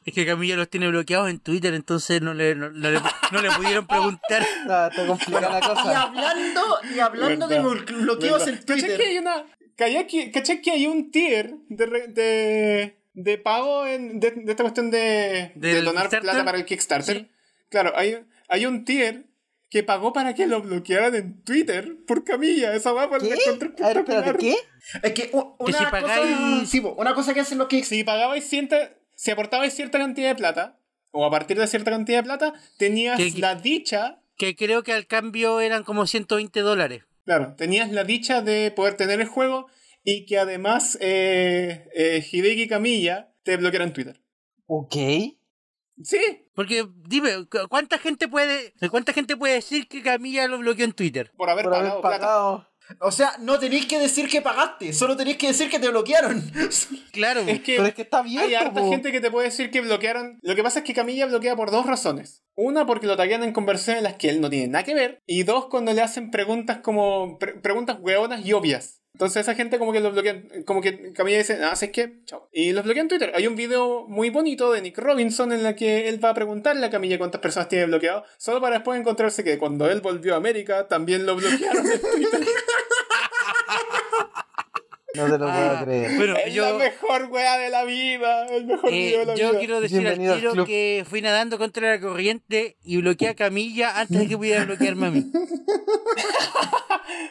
[SPEAKER 1] Es que Camilla los tiene bloqueados en Twitter, entonces no le, no, no le, no le pudieron preguntar.
[SPEAKER 3] Ah, está complicada la
[SPEAKER 4] Y
[SPEAKER 3] cosa.
[SPEAKER 4] hablando, y hablando de
[SPEAKER 2] Verdad,
[SPEAKER 4] blo- bloqueos
[SPEAKER 2] verdad.
[SPEAKER 4] en
[SPEAKER 2] ¿Cachai que
[SPEAKER 4] Twitter.
[SPEAKER 2] hay una. ¿Cachai que, cachai que hay un tier de, re- de, de pago en, de, de esta cuestión de, de
[SPEAKER 1] ¿Del
[SPEAKER 2] donar
[SPEAKER 1] Kickstarter?
[SPEAKER 2] plata para el Kickstarter?
[SPEAKER 1] Sí.
[SPEAKER 2] Claro, hay, hay un tier que pagó para que lo bloquearan en Twitter por camilla. Esa va por
[SPEAKER 3] ¿Qué?
[SPEAKER 2] la encontré
[SPEAKER 3] A ver, espérate,
[SPEAKER 2] espectacular.
[SPEAKER 3] ¿qué?
[SPEAKER 4] Es que u-
[SPEAKER 1] Que
[SPEAKER 4] una,
[SPEAKER 1] si
[SPEAKER 4] cosa,
[SPEAKER 1] pagáis-
[SPEAKER 4] sí, po, una cosa que hacen los Kickstarter.
[SPEAKER 2] Si pagabais cierta. Si aportabais cierta cantidad de plata, o a partir de cierta cantidad de plata, tenías
[SPEAKER 1] ¿Qué- qué?
[SPEAKER 2] la dicha.
[SPEAKER 1] Que creo que al cambio eran como 120 dólares.
[SPEAKER 2] Claro, tenías la dicha de poder tener el juego y que además eh, eh, Hideki Kamiya te bloquearan Twitter.
[SPEAKER 3] Ok.
[SPEAKER 2] Sí,
[SPEAKER 1] Porque dime, ¿cu- ¿cuánta gente puede, cuánta gente puede decir que Camilla lo bloqueó en Twitter?
[SPEAKER 2] por haber
[SPEAKER 3] Por
[SPEAKER 2] pagado
[SPEAKER 3] haber
[SPEAKER 2] plata.
[SPEAKER 3] pagado.
[SPEAKER 4] O sea, no tenéis que decir que pagaste, solo tenéis que decir que te bloquearon.
[SPEAKER 1] Claro.
[SPEAKER 2] Es que,
[SPEAKER 3] Pero es que está
[SPEAKER 2] hay
[SPEAKER 3] abierto,
[SPEAKER 2] harta
[SPEAKER 3] po.
[SPEAKER 2] gente que te puede decir que bloquearon. Lo que pasa es que Camilla bloquea por dos razones. Una, porque lo taguean en conversaciones en las que él no tiene nada que ver. Y dos, cuando le hacen preguntas como. pre- preguntas hueonas y obvias. Entonces esa gente como que los bloquean, como que Camilla dice, ah, ¿sabes qué? Chao. Y los bloquean en Twitter. Hay un video muy bonito de Nick Robinson en la que él va a preguntarle a Camilla cuántas personas tiene bloqueado, solo para después encontrarse que cuando él volvió a América también lo bloquearon en Twitter.
[SPEAKER 3] No te lo
[SPEAKER 1] Ah,
[SPEAKER 3] puedo creer.
[SPEAKER 1] bueno,
[SPEAKER 2] es la
[SPEAKER 1] yo,
[SPEAKER 2] mejor wea de la vida, el
[SPEAKER 1] eh,
[SPEAKER 2] mejor video de la
[SPEAKER 1] yo
[SPEAKER 2] vida.
[SPEAKER 1] quiero decir
[SPEAKER 3] Bienvenido
[SPEAKER 1] al
[SPEAKER 3] al
[SPEAKER 1] tiro
[SPEAKER 3] club.
[SPEAKER 1] que fui nadando contra la corriente y bloqueé a Camilla antes de que pudiera bloquearme a mí.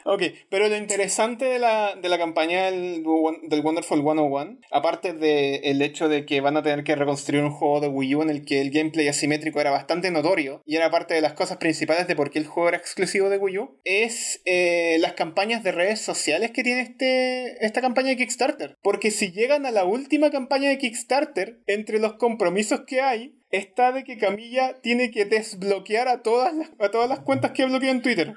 [SPEAKER 2] Ok, pero lo interesante de la, de la campaña del, del Wonderful 101, aparte del hecho de que van a tener que reconstruir un juego de Wii U en el que el gameplay asimétrico era bastante notorio y era parte de las cosas principales de por qué el juego era exclusivo de Wii U, es eh, las campañas de redes sociales que tiene este, esta campaña de Kickstarter. Porque si llegan a la última campaña de Kickstarter, entre los compromisos que hay, está de que Camilla tiene que desbloquear a todas las, a todas las cuentas que bloqueó en Twitter.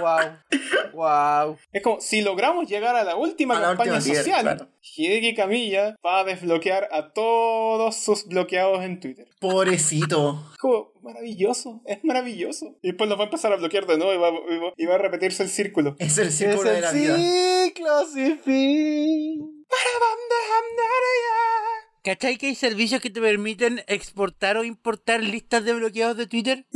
[SPEAKER 3] wow. Wow.
[SPEAKER 2] Es como, si logramos llegar a la última
[SPEAKER 4] A la
[SPEAKER 2] campaña
[SPEAKER 4] última, sí,
[SPEAKER 2] social,
[SPEAKER 4] claro.
[SPEAKER 2] Hideki Kamiya va a desbloquear a todos sus bloqueados en Twitter.
[SPEAKER 4] Pobrecito.
[SPEAKER 2] Es como, maravilloso, es maravilloso. Y después los va a empezar a bloquear de nuevo y va, y va- y va a repetirse el círculo.
[SPEAKER 4] Es el
[SPEAKER 3] Es
[SPEAKER 4] círculo de
[SPEAKER 3] el
[SPEAKER 4] la vida.
[SPEAKER 3] ciclo sin fin.
[SPEAKER 1] ¿Cachai que hay servicios que te permiten exportar o importar listas de bloqueados de Twitter?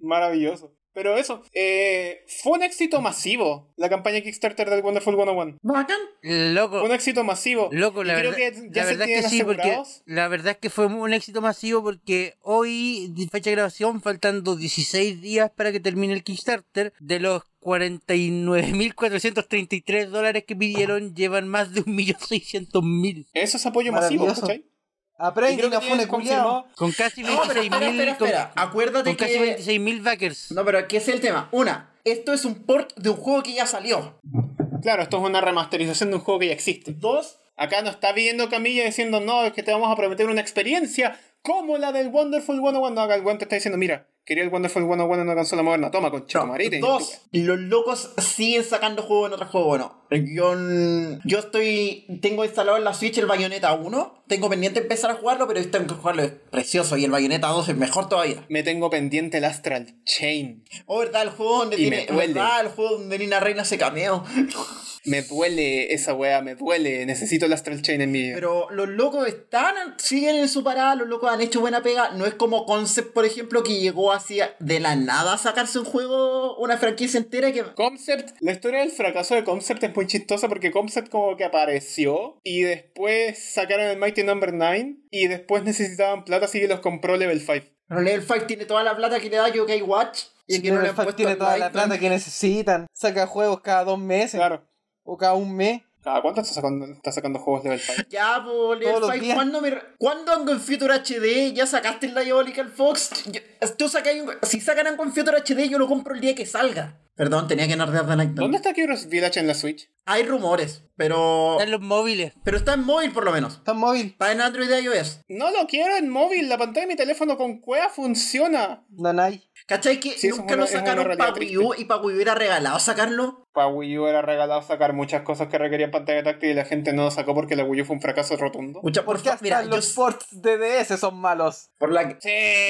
[SPEAKER 2] Maravilloso. Pero eso, eh, fue un éxito masivo la campaña Kickstarter del Wonderful 101.
[SPEAKER 4] Bacán.
[SPEAKER 2] Fue
[SPEAKER 1] Loco.
[SPEAKER 2] un éxito masivo.
[SPEAKER 1] Loco, la
[SPEAKER 2] Y creo
[SPEAKER 1] verdad,
[SPEAKER 2] que ya
[SPEAKER 1] la
[SPEAKER 2] se
[SPEAKER 1] verdad es
[SPEAKER 2] tienen
[SPEAKER 1] que sí, porque
[SPEAKER 2] asegurados.
[SPEAKER 1] la verdad es que fue un éxito masivo porque hoy, de fecha de grabación, faltando 16 días para que termine el Kickstarter, de los 49.433 dólares que pidieron, llevan más de 1.600.000.
[SPEAKER 2] Eso es apoyo masivo,
[SPEAKER 3] Maravilloso.
[SPEAKER 2] ¿cachai? Y
[SPEAKER 3] Aprende
[SPEAKER 2] creo que
[SPEAKER 3] la fune
[SPEAKER 2] tienen confirmado-
[SPEAKER 3] culiao.
[SPEAKER 1] Con casi
[SPEAKER 4] No, pero
[SPEAKER 1] 26.000
[SPEAKER 4] espera, espera, espera.
[SPEAKER 1] con-
[SPEAKER 4] Acuérdate
[SPEAKER 1] con casi
[SPEAKER 4] que-
[SPEAKER 1] 26.000 backers.
[SPEAKER 4] No, pero ¿qué es el tema? Una, esto es un port de un juego que ya salió.
[SPEAKER 2] Claro, esto es una remasterización de un juego que ya existe.
[SPEAKER 4] Dos,
[SPEAKER 2] Acá nos está viendo Camilla diciendo, no, es que te vamos a prometer una experiencia como la del Wonderful 101. No, acá el guante está diciendo, mira, quería el Wonderful 101 en una consola moderna. Toma, con
[SPEAKER 4] No,
[SPEAKER 2] chamarita.
[SPEAKER 4] dos, los locos siguen sacando juego en otro juego. Bueno, yo, n- yo estoy. Tengo instalado en la Switch el Bayonetta 1. Tengo pendiente empezar a jugarlo, pero tengo que jugarlo. Es precioso. Y el Bayonetta 2 es mejor todavía.
[SPEAKER 2] Me tengo pendiente el Astral Chain.
[SPEAKER 4] Oh, ¿verdad? El juego donde
[SPEAKER 2] Y
[SPEAKER 4] tiene.
[SPEAKER 2] me duele.
[SPEAKER 4] ¿Verdad? El juego donde Nina Reina se cameo.
[SPEAKER 2] Me duele esa weá, me duele. Necesito el Astral Chain en mi vida.
[SPEAKER 4] Pero los locos están, siguen en su parada, los locos han hecho buena pega. No es como Concept, por ejemplo, que llegó así de la nada a sacarse un juego, una franquicia entera que...
[SPEAKER 2] Concept, la historia del fracaso de Concept es muy chistosa porque Concept como que apareció y después sacaron el Mighty Number 9 y después necesitaban plata así que los compró Level 5.
[SPEAKER 4] Pero Level 5 tiene toda la plata que le da Yokai Watch. Y que no le
[SPEAKER 3] Tiene
[SPEAKER 4] han puesto
[SPEAKER 3] tiene
[SPEAKER 4] al
[SPEAKER 3] toda la
[SPEAKER 4] Lightning.
[SPEAKER 3] plata que necesitan. Saca juegos cada dos meses.
[SPEAKER 2] Claro.
[SPEAKER 3] O cada un mes.
[SPEAKER 2] ¿Cada cuánto está sacando, está sacando juegos Level 5?
[SPEAKER 4] Ya, po,
[SPEAKER 3] Todos
[SPEAKER 4] Level
[SPEAKER 3] los
[SPEAKER 4] 5,
[SPEAKER 3] días.
[SPEAKER 4] ¿cuándo, me... ¿cuándo Ango en Future HD? ¿Ya sacaste el Diabolical Fox? Ya- Tú sacáis un- Si sacan Ango en Future HD, yo lo compro el día que salga. Perdón, tenía que narrar de anécdota.
[SPEAKER 2] ¿Dónde está Heroes Village en la Switch?
[SPEAKER 4] Hay rumores, pero...
[SPEAKER 1] Están los móviles.
[SPEAKER 4] Pero está en móvil, por lo menos.
[SPEAKER 3] Está en móvil.
[SPEAKER 4] Está en Android y iOS.
[SPEAKER 2] No lo quiero en móvil, la pantalla de mi teléfono con cueva funciona.
[SPEAKER 3] No, no hay.
[SPEAKER 4] ¿Cachai que
[SPEAKER 2] Sí, eso es
[SPEAKER 4] nunca
[SPEAKER 2] una-
[SPEAKER 4] lo
[SPEAKER 2] es una
[SPEAKER 4] sacaron
[SPEAKER 2] realidad
[SPEAKER 4] para Wii U y para Wii U era regalado sacarlo?
[SPEAKER 2] Para Wii U era regalado sacar muchas cosas que requerían pantalla táctil y la gente no lo sacó porque la Wii U fue un fracaso rotundo.
[SPEAKER 4] Mucha por
[SPEAKER 3] Porque
[SPEAKER 4] favor.
[SPEAKER 3] hasta
[SPEAKER 4] Mira, yo,
[SPEAKER 3] los ports de DS son malos.
[SPEAKER 4] por la que-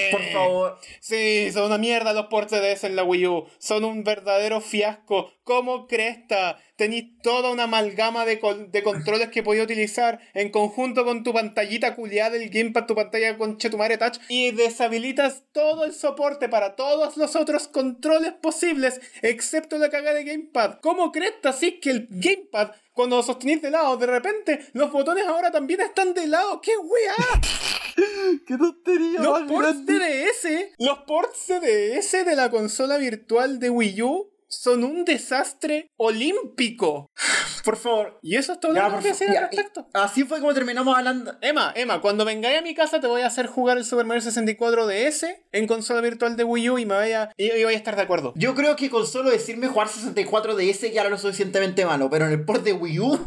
[SPEAKER 2] Sí.
[SPEAKER 4] por favor.
[SPEAKER 2] Sí, son una mierda los ports de DS en la Wii U. Son un verdadero fiasco. ¿Cómo cresta? Tenéis toda una amalgama de, col- de controles que podía utilizar en conjunto con tu pantallita culiada del Gamepad, tu pantalla con Chetumare Touch. Y deshabilitas todo el soporte para todos los otros controles posibles, excepto la caga de Gamepad. ¿Cómo cresta? Si es que el Gamepad, cuando lo sostenís de lado, de repente los botones ahora también están de lado. ¡Qué weá!
[SPEAKER 3] ¡Qué tontería!
[SPEAKER 2] Los
[SPEAKER 3] más
[SPEAKER 2] ports
[SPEAKER 3] grande!
[SPEAKER 2] CDS, los ports CDS de la consola virtual de Wii U son un desastre olímpico.
[SPEAKER 4] Por favor.
[SPEAKER 2] Y eso es todo
[SPEAKER 4] Ya,
[SPEAKER 2] lo
[SPEAKER 4] por
[SPEAKER 2] que voy a
[SPEAKER 4] fa-
[SPEAKER 2] decir al
[SPEAKER 4] ya,
[SPEAKER 2] respecto.
[SPEAKER 4] y- así fue como terminamos hablando.
[SPEAKER 2] Emma, Emma, cuando vengáis a mi casa te voy a hacer jugar el Super Mario 64 DS en consola virtual de Wii U y me vaya y, y voy a estar de acuerdo.
[SPEAKER 4] Yo creo que con solo decirme jugar 64 DS ya era lo suficientemente malo, pero en el port de Wii U,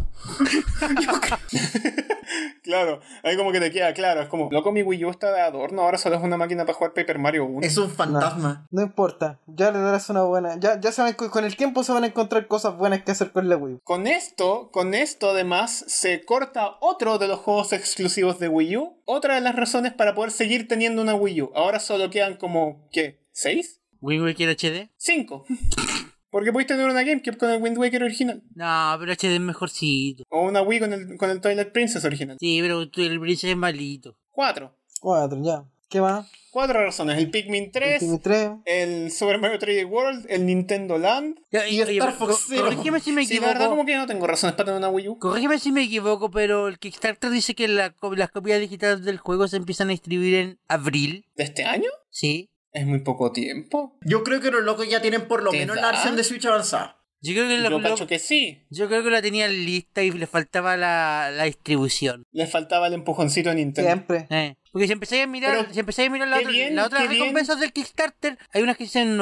[SPEAKER 2] Claro, ahí como que te queda claro, es como, loco, mi Wii U está de adorno, ahora solo es una máquina para jugar Paper Mario 1.
[SPEAKER 4] es un fantasma.
[SPEAKER 3] No importa, ya le darás una buena. Ya, ya saben, que con el tiempo se van a encontrar cosas buenas que hacer con la Wii. U.
[SPEAKER 2] Con esto, con esto además, se corta otro de los juegos exclusivos de Wii U. Otra de las razones para poder seguir teniendo una Wii U. Ahora solo quedan como, ¿qué? ¿Seis?
[SPEAKER 1] Wind Waker HD.
[SPEAKER 2] ¿Cinco? Porque podéis tener una GameCube con el Wind Waker original.
[SPEAKER 1] No, pero HD es mejorcito.
[SPEAKER 2] O una Wii con el, con el Twilight Princess original.
[SPEAKER 1] Sí, pero tú- el Breeze es malito.
[SPEAKER 2] Cuatro.
[SPEAKER 3] Cuatro, ya. ¿Qué más?
[SPEAKER 2] Cuatro razones. El Pikmin 3,
[SPEAKER 3] Ultimate tres.
[SPEAKER 2] el Super Mario 3D World, el Nintendo Land.
[SPEAKER 1] Ya,
[SPEAKER 4] Y Star Fox
[SPEAKER 1] cor-
[SPEAKER 4] Zero.
[SPEAKER 1] Corrígeme si me
[SPEAKER 2] Sí, la verdad como
[SPEAKER 1] equivoco.
[SPEAKER 2] que no tengo razones para tener una Wii U.
[SPEAKER 1] Corrígeme si me equivoco, pero el Kickstarter dice que la co- las copias digitales del juego se empiezan a distribuir en abril.
[SPEAKER 2] ¿De este año?
[SPEAKER 1] Sí.
[SPEAKER 2] Es muy poco tiempo.
[SPEAKER 4] Yo creo que los locos ya tienen por lo
[SPEAKER 2] ¿Te
[SPEAKER 4] menos
[SPEAKER 2] da?
[SPEAKER 4] la versión de Switch avanzada.
[SPEAKER 1] Yo creo que, lo-
[SPEAKER 2] Yo
[SPEAKER 1] lo-
[SPEAKER 2] cacho que sí.
[SPEAKER 1] yo creo que la tenía lista y le faltaba la, la distribución.
[SPEAKER 2] Le faltaba el empujoncito a Nintendo.
[SPEAKER 3] Siempre.
[SPEAKER 1] Eh, Porque si empezáis a mirar,
[SPEAKER 2] Pero,
[SPEAKER 1] si empezáis a mirar la
[SPEAKER 2] qué
[SPEAKER 1] otra-
[SPEAKER 2] bien,
[SPEAKER 1] las otras
[SPEAKER 2] qué bien.
[SPEAKER 1] recompensas del Kickstarter, hay unas que dicen en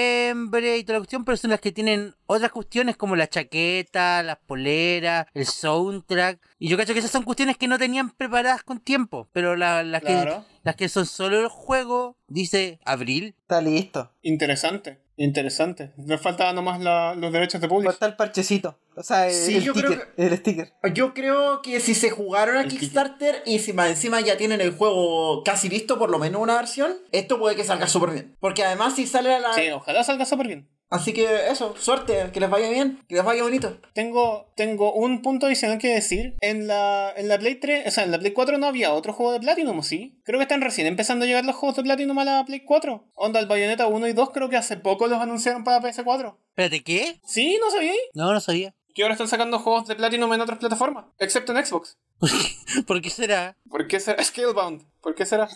[SPEAKER 1] noviembre y toda la cuestión, pero son las que tienen otras cuestiones como la chaqueta, las poleras, el soundtrack. Y yo cacho que esas son cuestiones que no tenían preparadas con tiempo, pero la- las,
[SPEAKER 2] Claro.
[SPEAKER 1] que, las que son solo el juego, dice abril.
[SPEAKER 3] Está listo.
[SPEAKER 2] Interesante, interesante. Le faltaban nomás la- los derechos de público.
[SPEAKER 3] Falta el parchecito. O sea, el,
[SPEAKER 4] Sí,
[SPEAKER 3] el
[SPEAKER 4] yo creo
[SPEAKER 3] sticker. El sticker.
[SPEAKER 4] Yo creo que si se jugaron a
[SPEAKER 2] El
[SPEAKER 4] Kickstarter y si más encima ya tienen el juego casi listo, por lo menos una versión, esto puede que salga súper bien. Porque además si sale a la...
[SPEAKER 2] Sí, ojalá salga súper bien.
[SPEAKER 4] Así que eso, suerte, que les vaya bien, que les vaya bonito.
[SPEAKER 2] Tengo, tengo un punto adicional que decir. En la, en la Play 3, o sea, en la Play 4 no había otro juego de Platinum, ¿o ¿sí? Creo que están recién empezando a llegar los juegos de Platinum a la Play 4. Onda, el Bayonetta 1 y 2 creo que hace poco los anunciaron para PS4.
[SPEAKER 1] Espérate, ¿qué?
[SPEAKER 2] Sí, no sabía.
[SPEAKER 1] No, no sabía.
[SPEAKER 2] Que ahora están sacando juegos de Platinum en otras plataformas, excepto en Xbox.
[SPEAKER 1] ¿Por qué será?
[SPEAKER 2] ¿Por qué será? Scalebound. ¿Por qué será?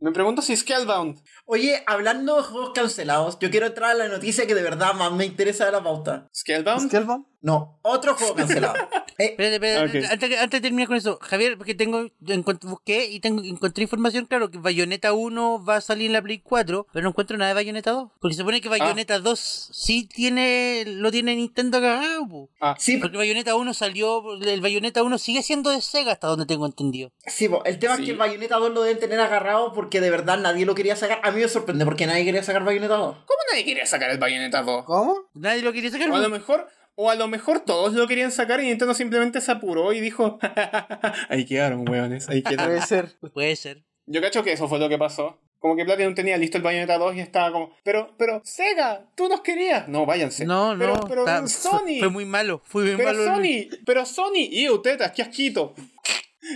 [SPEAKER 2] Me pregunto si Scalebound.
[SPEAKER 4] Oye, hablando de juegos cancelados, yo quiero entrar a la noticia que de verdad más me interesa de la pauta.
[SPEAKER 2] Scalebound.
[SPEAKER 3] Skullbomb.
[SPEAKER 4] No, otro juego cancelado. Eh,
[SPEAKER 1] Espérate, espérate,
[SPEAKER 2] Ok.
[SPEAKER 1] antes, que- antes de terminar con eso, Javier, porque tengo, en cuanto busqué y tengo, encontré información, claro, que Bayonetta 1 va a salir en la Play 4, pero no encuentro nada de Bayonetta 2. Porque se supone
[SPEAKER 2] Ah.
[SPEAKER 1] que Bayonetta 2 sí tiene, lo tiene Nintendo cagado, po.
[SPEAKER 2] Ah,
[SPEAKER 4] sí,
[SPEAKER 1] Porque Bayonetta 1 salió, el Bayonetta 1 sigue siendo de Sega hasta donde tengo entendido.
[SPEAKER 4] Sí, po, el tema
[SPEAKER 2] Sí.
[SPEAKER 4] es que Bayonetta 2 lo deben tener agarrado porque de verdad nadie lo quería sacar. A mí me sorprende porque nadie quería sacar Bayonetta 2.
[SPEAKER 2] ¿Cómo nadie quería sacar el Bayonetta 2?
[SPEAKER 3] ¿Cómo?
[SPEAKER 1] Nadie lo quería sacar.
[SPEAKER 2] O a lo
[SPEAKER 1] po.
[SPEAKER 2] mejor, o a lo mejor todos lo querían sacar y Nintendo simplemente se apuró y dijo, ahí quedaron, weones, ahí quedaron.
[SPEAKER 3] Puede
[SPEAKER 4] Ah.
[SPEAKER 3] ser.
[SPEAKER 1] Puede ser.
[SPEAKER 2] Yo cacho que eso fue lo que pasó. Como que Platinum tenía listo el Bayonetta 2 y estaba como, pero, pero, Sega, tú nos querías. No, váyanse.
[SPEAKER 1] No,
[SPEAKER 2] pero,
[SPEAKER 1] no,
[SPEAKER 2] Pero
[SPEAKER 1] está-
[SPEAKER 2] Sony,
[SPEAKER 1] fue muy malo, fue muy
[SPEAKER 2] pero
[SPEAKER 1] malo. el-
[SPEAKER 2] Sony, pero Sony, y tetas, qué asquito.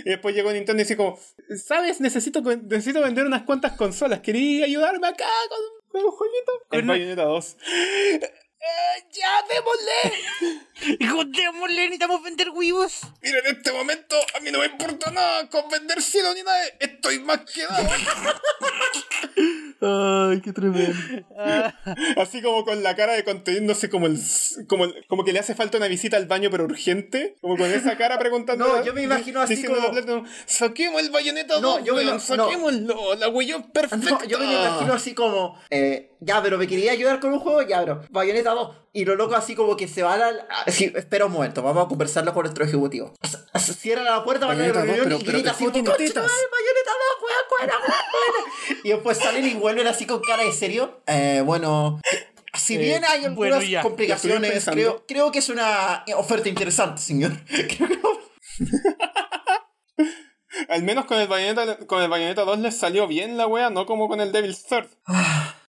[SPEAKER 2] Y después llegó Nintendo y dice como, ¿sabes? Necesito, con- necesito vender unas cuantas consolas. ¿Quería ayudarme acá con, con un jueguito?
[SPEAKER 1] Con
[SPEAKER 2] El
[SPEAKER 1] una-
[SPEAKER 2] Bayonetta 2. Eh, ¡Ya, démosle!
[SPEAKER 1] Hijo de mole, necesitamos vender Wii U.
[SPEAKER 2] Mira, en este momento a mí no me importa nada con vender 100 unidades. Estoy más que dado.
[SPEAKER 3] Ay, qué tremendo.
[SPEAKER 2] Así como con la cara de conteniéndose como el, como el- como que le hace falta una visita al baño pero urgente. Como con esa cara preguntando.
[SPEAKER 4] No, yo me imagino así
[SPEAKER 2] diciéndole
[SPEAKER 4] como-
[SPEAKER 2] a Platinum, Saquemos el bayoneta
[SPEAKER 4] No,
[SPEAKER 2] 2,
[SPEAKER 4] yo me
[SPEAKER 2] weón,
[SPEAKER 4] lo- no.
[SPEAKER 2] saquémoslo. La weyón perfecta.
[SPEAKER 4] No, yo me lo imagino así como, eh, ya, pero me quería ayudar con un juego, ya, pero Bayonetta 2. Y lo loco así como que se van al... así, espera un momento, vamos a conversarlo con nuestro ejecutivo. S- s- Cierra la puerta, van a la
[SPEAKER 2] Bayonetta 2,
[SPEAKER 4] reunión
[SPEAKER 2] pero-
[SPEAKER 4] y
[SPEAKER 2] pero
[SPEAKER 4] grita
[SPEAKER 2] el
[SPEAKER 4] así,
[SPEAKER 2] juego
[SPEAKER 4] como,
[SPEAKER 2] tiene
[SPEAKER 4] "Conchetumare,
[SPEAKER 2] tetas".
[SPEAKER 4] Bayonetta 2, weón, cuera, weón, cuera". Y después salen y vuelven así con cara de serio. Eh, bueno... Si bien hay algunas
[SPEAKER 1] bueno, ya,
[SPEAKER 2] Eh, ya
[SPEAKER 4] complicaciones,
[SPEAKER 2] estoy
[SPEAKER 4] creo,
[SPEAKER 2] pensando.
[SPEAKER 4] creo que es una oferta interesante, señor. Creo que
[SPEAKER 2] Al menos con el bayoneta, con el bayoneta 2 les salió bien la wea, no como con el Devil's Third.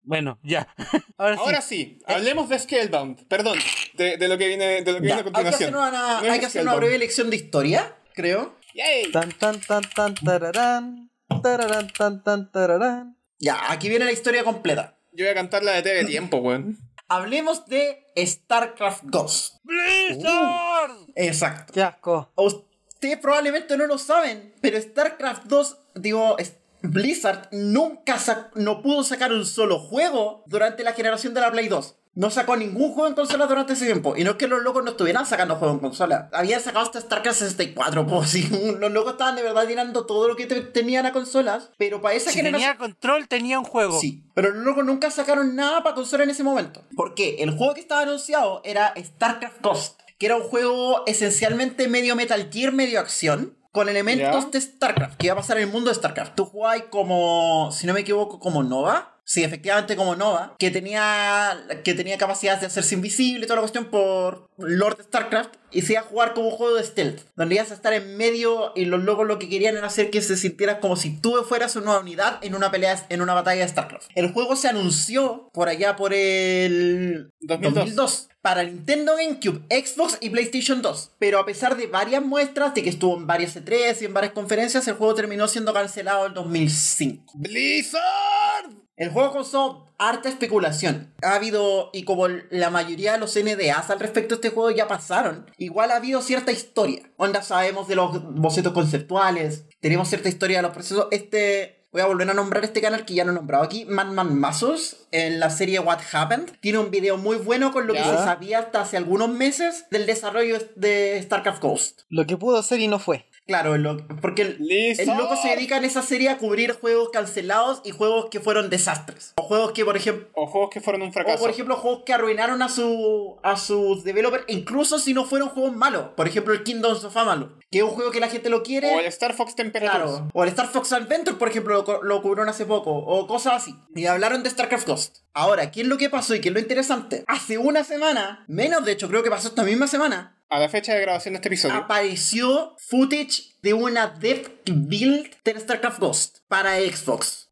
[SPEAKER 1] Bueno, ya. Ahora sí.
[SPEAKER 2] Ahora sí,
[SPEAKER 4] Eh,
[SPEAKER 2] hablemos de Scalebound. Perdón, de, de lo que viene, de lo que viene
[SPEAKER 4] Ya,
[SPEAKER 2] a
[SPEAKER 4] hay que
[SPEAKER 2] continuación.
[SPEAKER 4] hacer una,
[SPEAKER 2] No es
[SPEAKER 4] hay que hacer una
[SPEAKER 2] Scalebound.
[SPEAKER 4] breve lección de historia, creo.
[SPEAKER 2] Yay.
[SPEAKER 3] Tan, tan, tan, tan, tararán. Tararán, tan, tan, tararán.
[SPEAKER 4] Ya, aquí viene la historia completa.
[SPEAKER 2] Yo voy a cantar la de TV Tiempo, weón.
[SPEAKER 4] Hablemos de StarCraft Ghost.
[SPEAKER 1] ¡Blizzard!
[SPEAKER 4] Exacto.
[SPEAKER 3] Qué asco.
[SPEAKER 4] Ustedes probablemente no lo saben, pero StarCraft 2, digo, es- Blizzard nunca sac- no pudo sacar un solo juego durante la generación de la Play 2. No sacó ningún juego en consola durante ese tiempo. Y no es que los locos no estuvieran sacando juegos en consola. Habían sacado hasta StarCraft 64, pues sí. Los locos estaban de verdad tirando todo lo que te- tenían a consolas. Pero para esa
[SPEAKER 1] Si
[SPEAKER 4] generación.
[SPEAKER 1] tenía control, tenía un juego.
[SPEAKER 4] Sí, pero luego nunca sacaron nada para consola en ese momento. Porque el juego que estaba anunciado era StarCraft Ghost, que era un juego esencialmente medio Metal Gear, medio acción, con elementos
[SPEAKER 2] Ya.
[SPEAKER 4] de StarCraft, que iba a pasar en el mundo de StarCraft. Tú jugabas como, si no me equivoco, como Nova. Sí, efectivamente como Nova, que tenía, que tenía capacidades de hacerse invisible, toda la cuestión por Lord StarCraft, y se iba a jugar como un juego de stealth, donde ibas a estar en medio y los locos lo que querían era hacer que se sintiera como si tú fueras una unidad en una pelea, en una batalla de StarCraft. El juego se anunció por allá por el
[SPEAKER 2] 2002.
[SPEAKER 4] 2002, para Nintendo GameCube, Xbox y PlayStation 2. Pero a pesar de varias muestras, de que estuvo en varias E3 y en varias conferencias, el juego terminó siendo cancelado en 2005.
[SPEAKER 2] ¡Blizzard!
[SPEAKER 4] El juego causó harta especulación. Ha habido, y como la mayoría de los NDAs al respecto de este juego ya pasaron, igual ha habido cierta historia. Onda, sabemos de los bocetos conceptuales, tenemos cierta historia de los procesos. Este voy a volver a nombrar este canal que ya no he nombrado aquí, Man Man Mazos, en la serie What Happened. Tiene un video muy bueno con lo que
[SPEAKER 3] Ya.
[SPEAKER 4] se sabía hasta hace algunos meses del desarrollo de StarCraft Ghost.
[SPEAKER 3] Lo que pudo hacer y no fue.
[SPEAKER 4] Claro, el lo- porque el,
[SPEAKER 2] Lizard.
[SPEAKER 4] el loco se dedica en esa serie a cubrir juegos cancelados y juegos que fueron desastres. O juegos que, por ejemplo...
[SPEAKER 2] O juegos que fueron un fracaso.
[SPEAKER 4] O Oh, por ejemplo juegos que arruinaron a su a sus developers, incluso si no fueron juegos malos. Por ejemplo el Kingdoms of Amalur, que es un juego que la gente lo quiere.
[SPEAKER 2] o el Star Fox Temperatures.
[SPEAKER 4] Claro. O el Star Fox Adventure, por ejemplo, lo, co- lo cubrieron hace poco. O cosas así. Y hablaron de StarCraft Ghost. Ahora, ¿qué es lo que pasó y qué es lo interesante? Hace una semana, menos de hecho, creo que pasó esta misma semana,
[SPEAKER 2] A la fecha de grabación de este episodio.
[SPEAKER 4] Ah, apareció footage de una dev build de StarCraft Ghost para Xbox.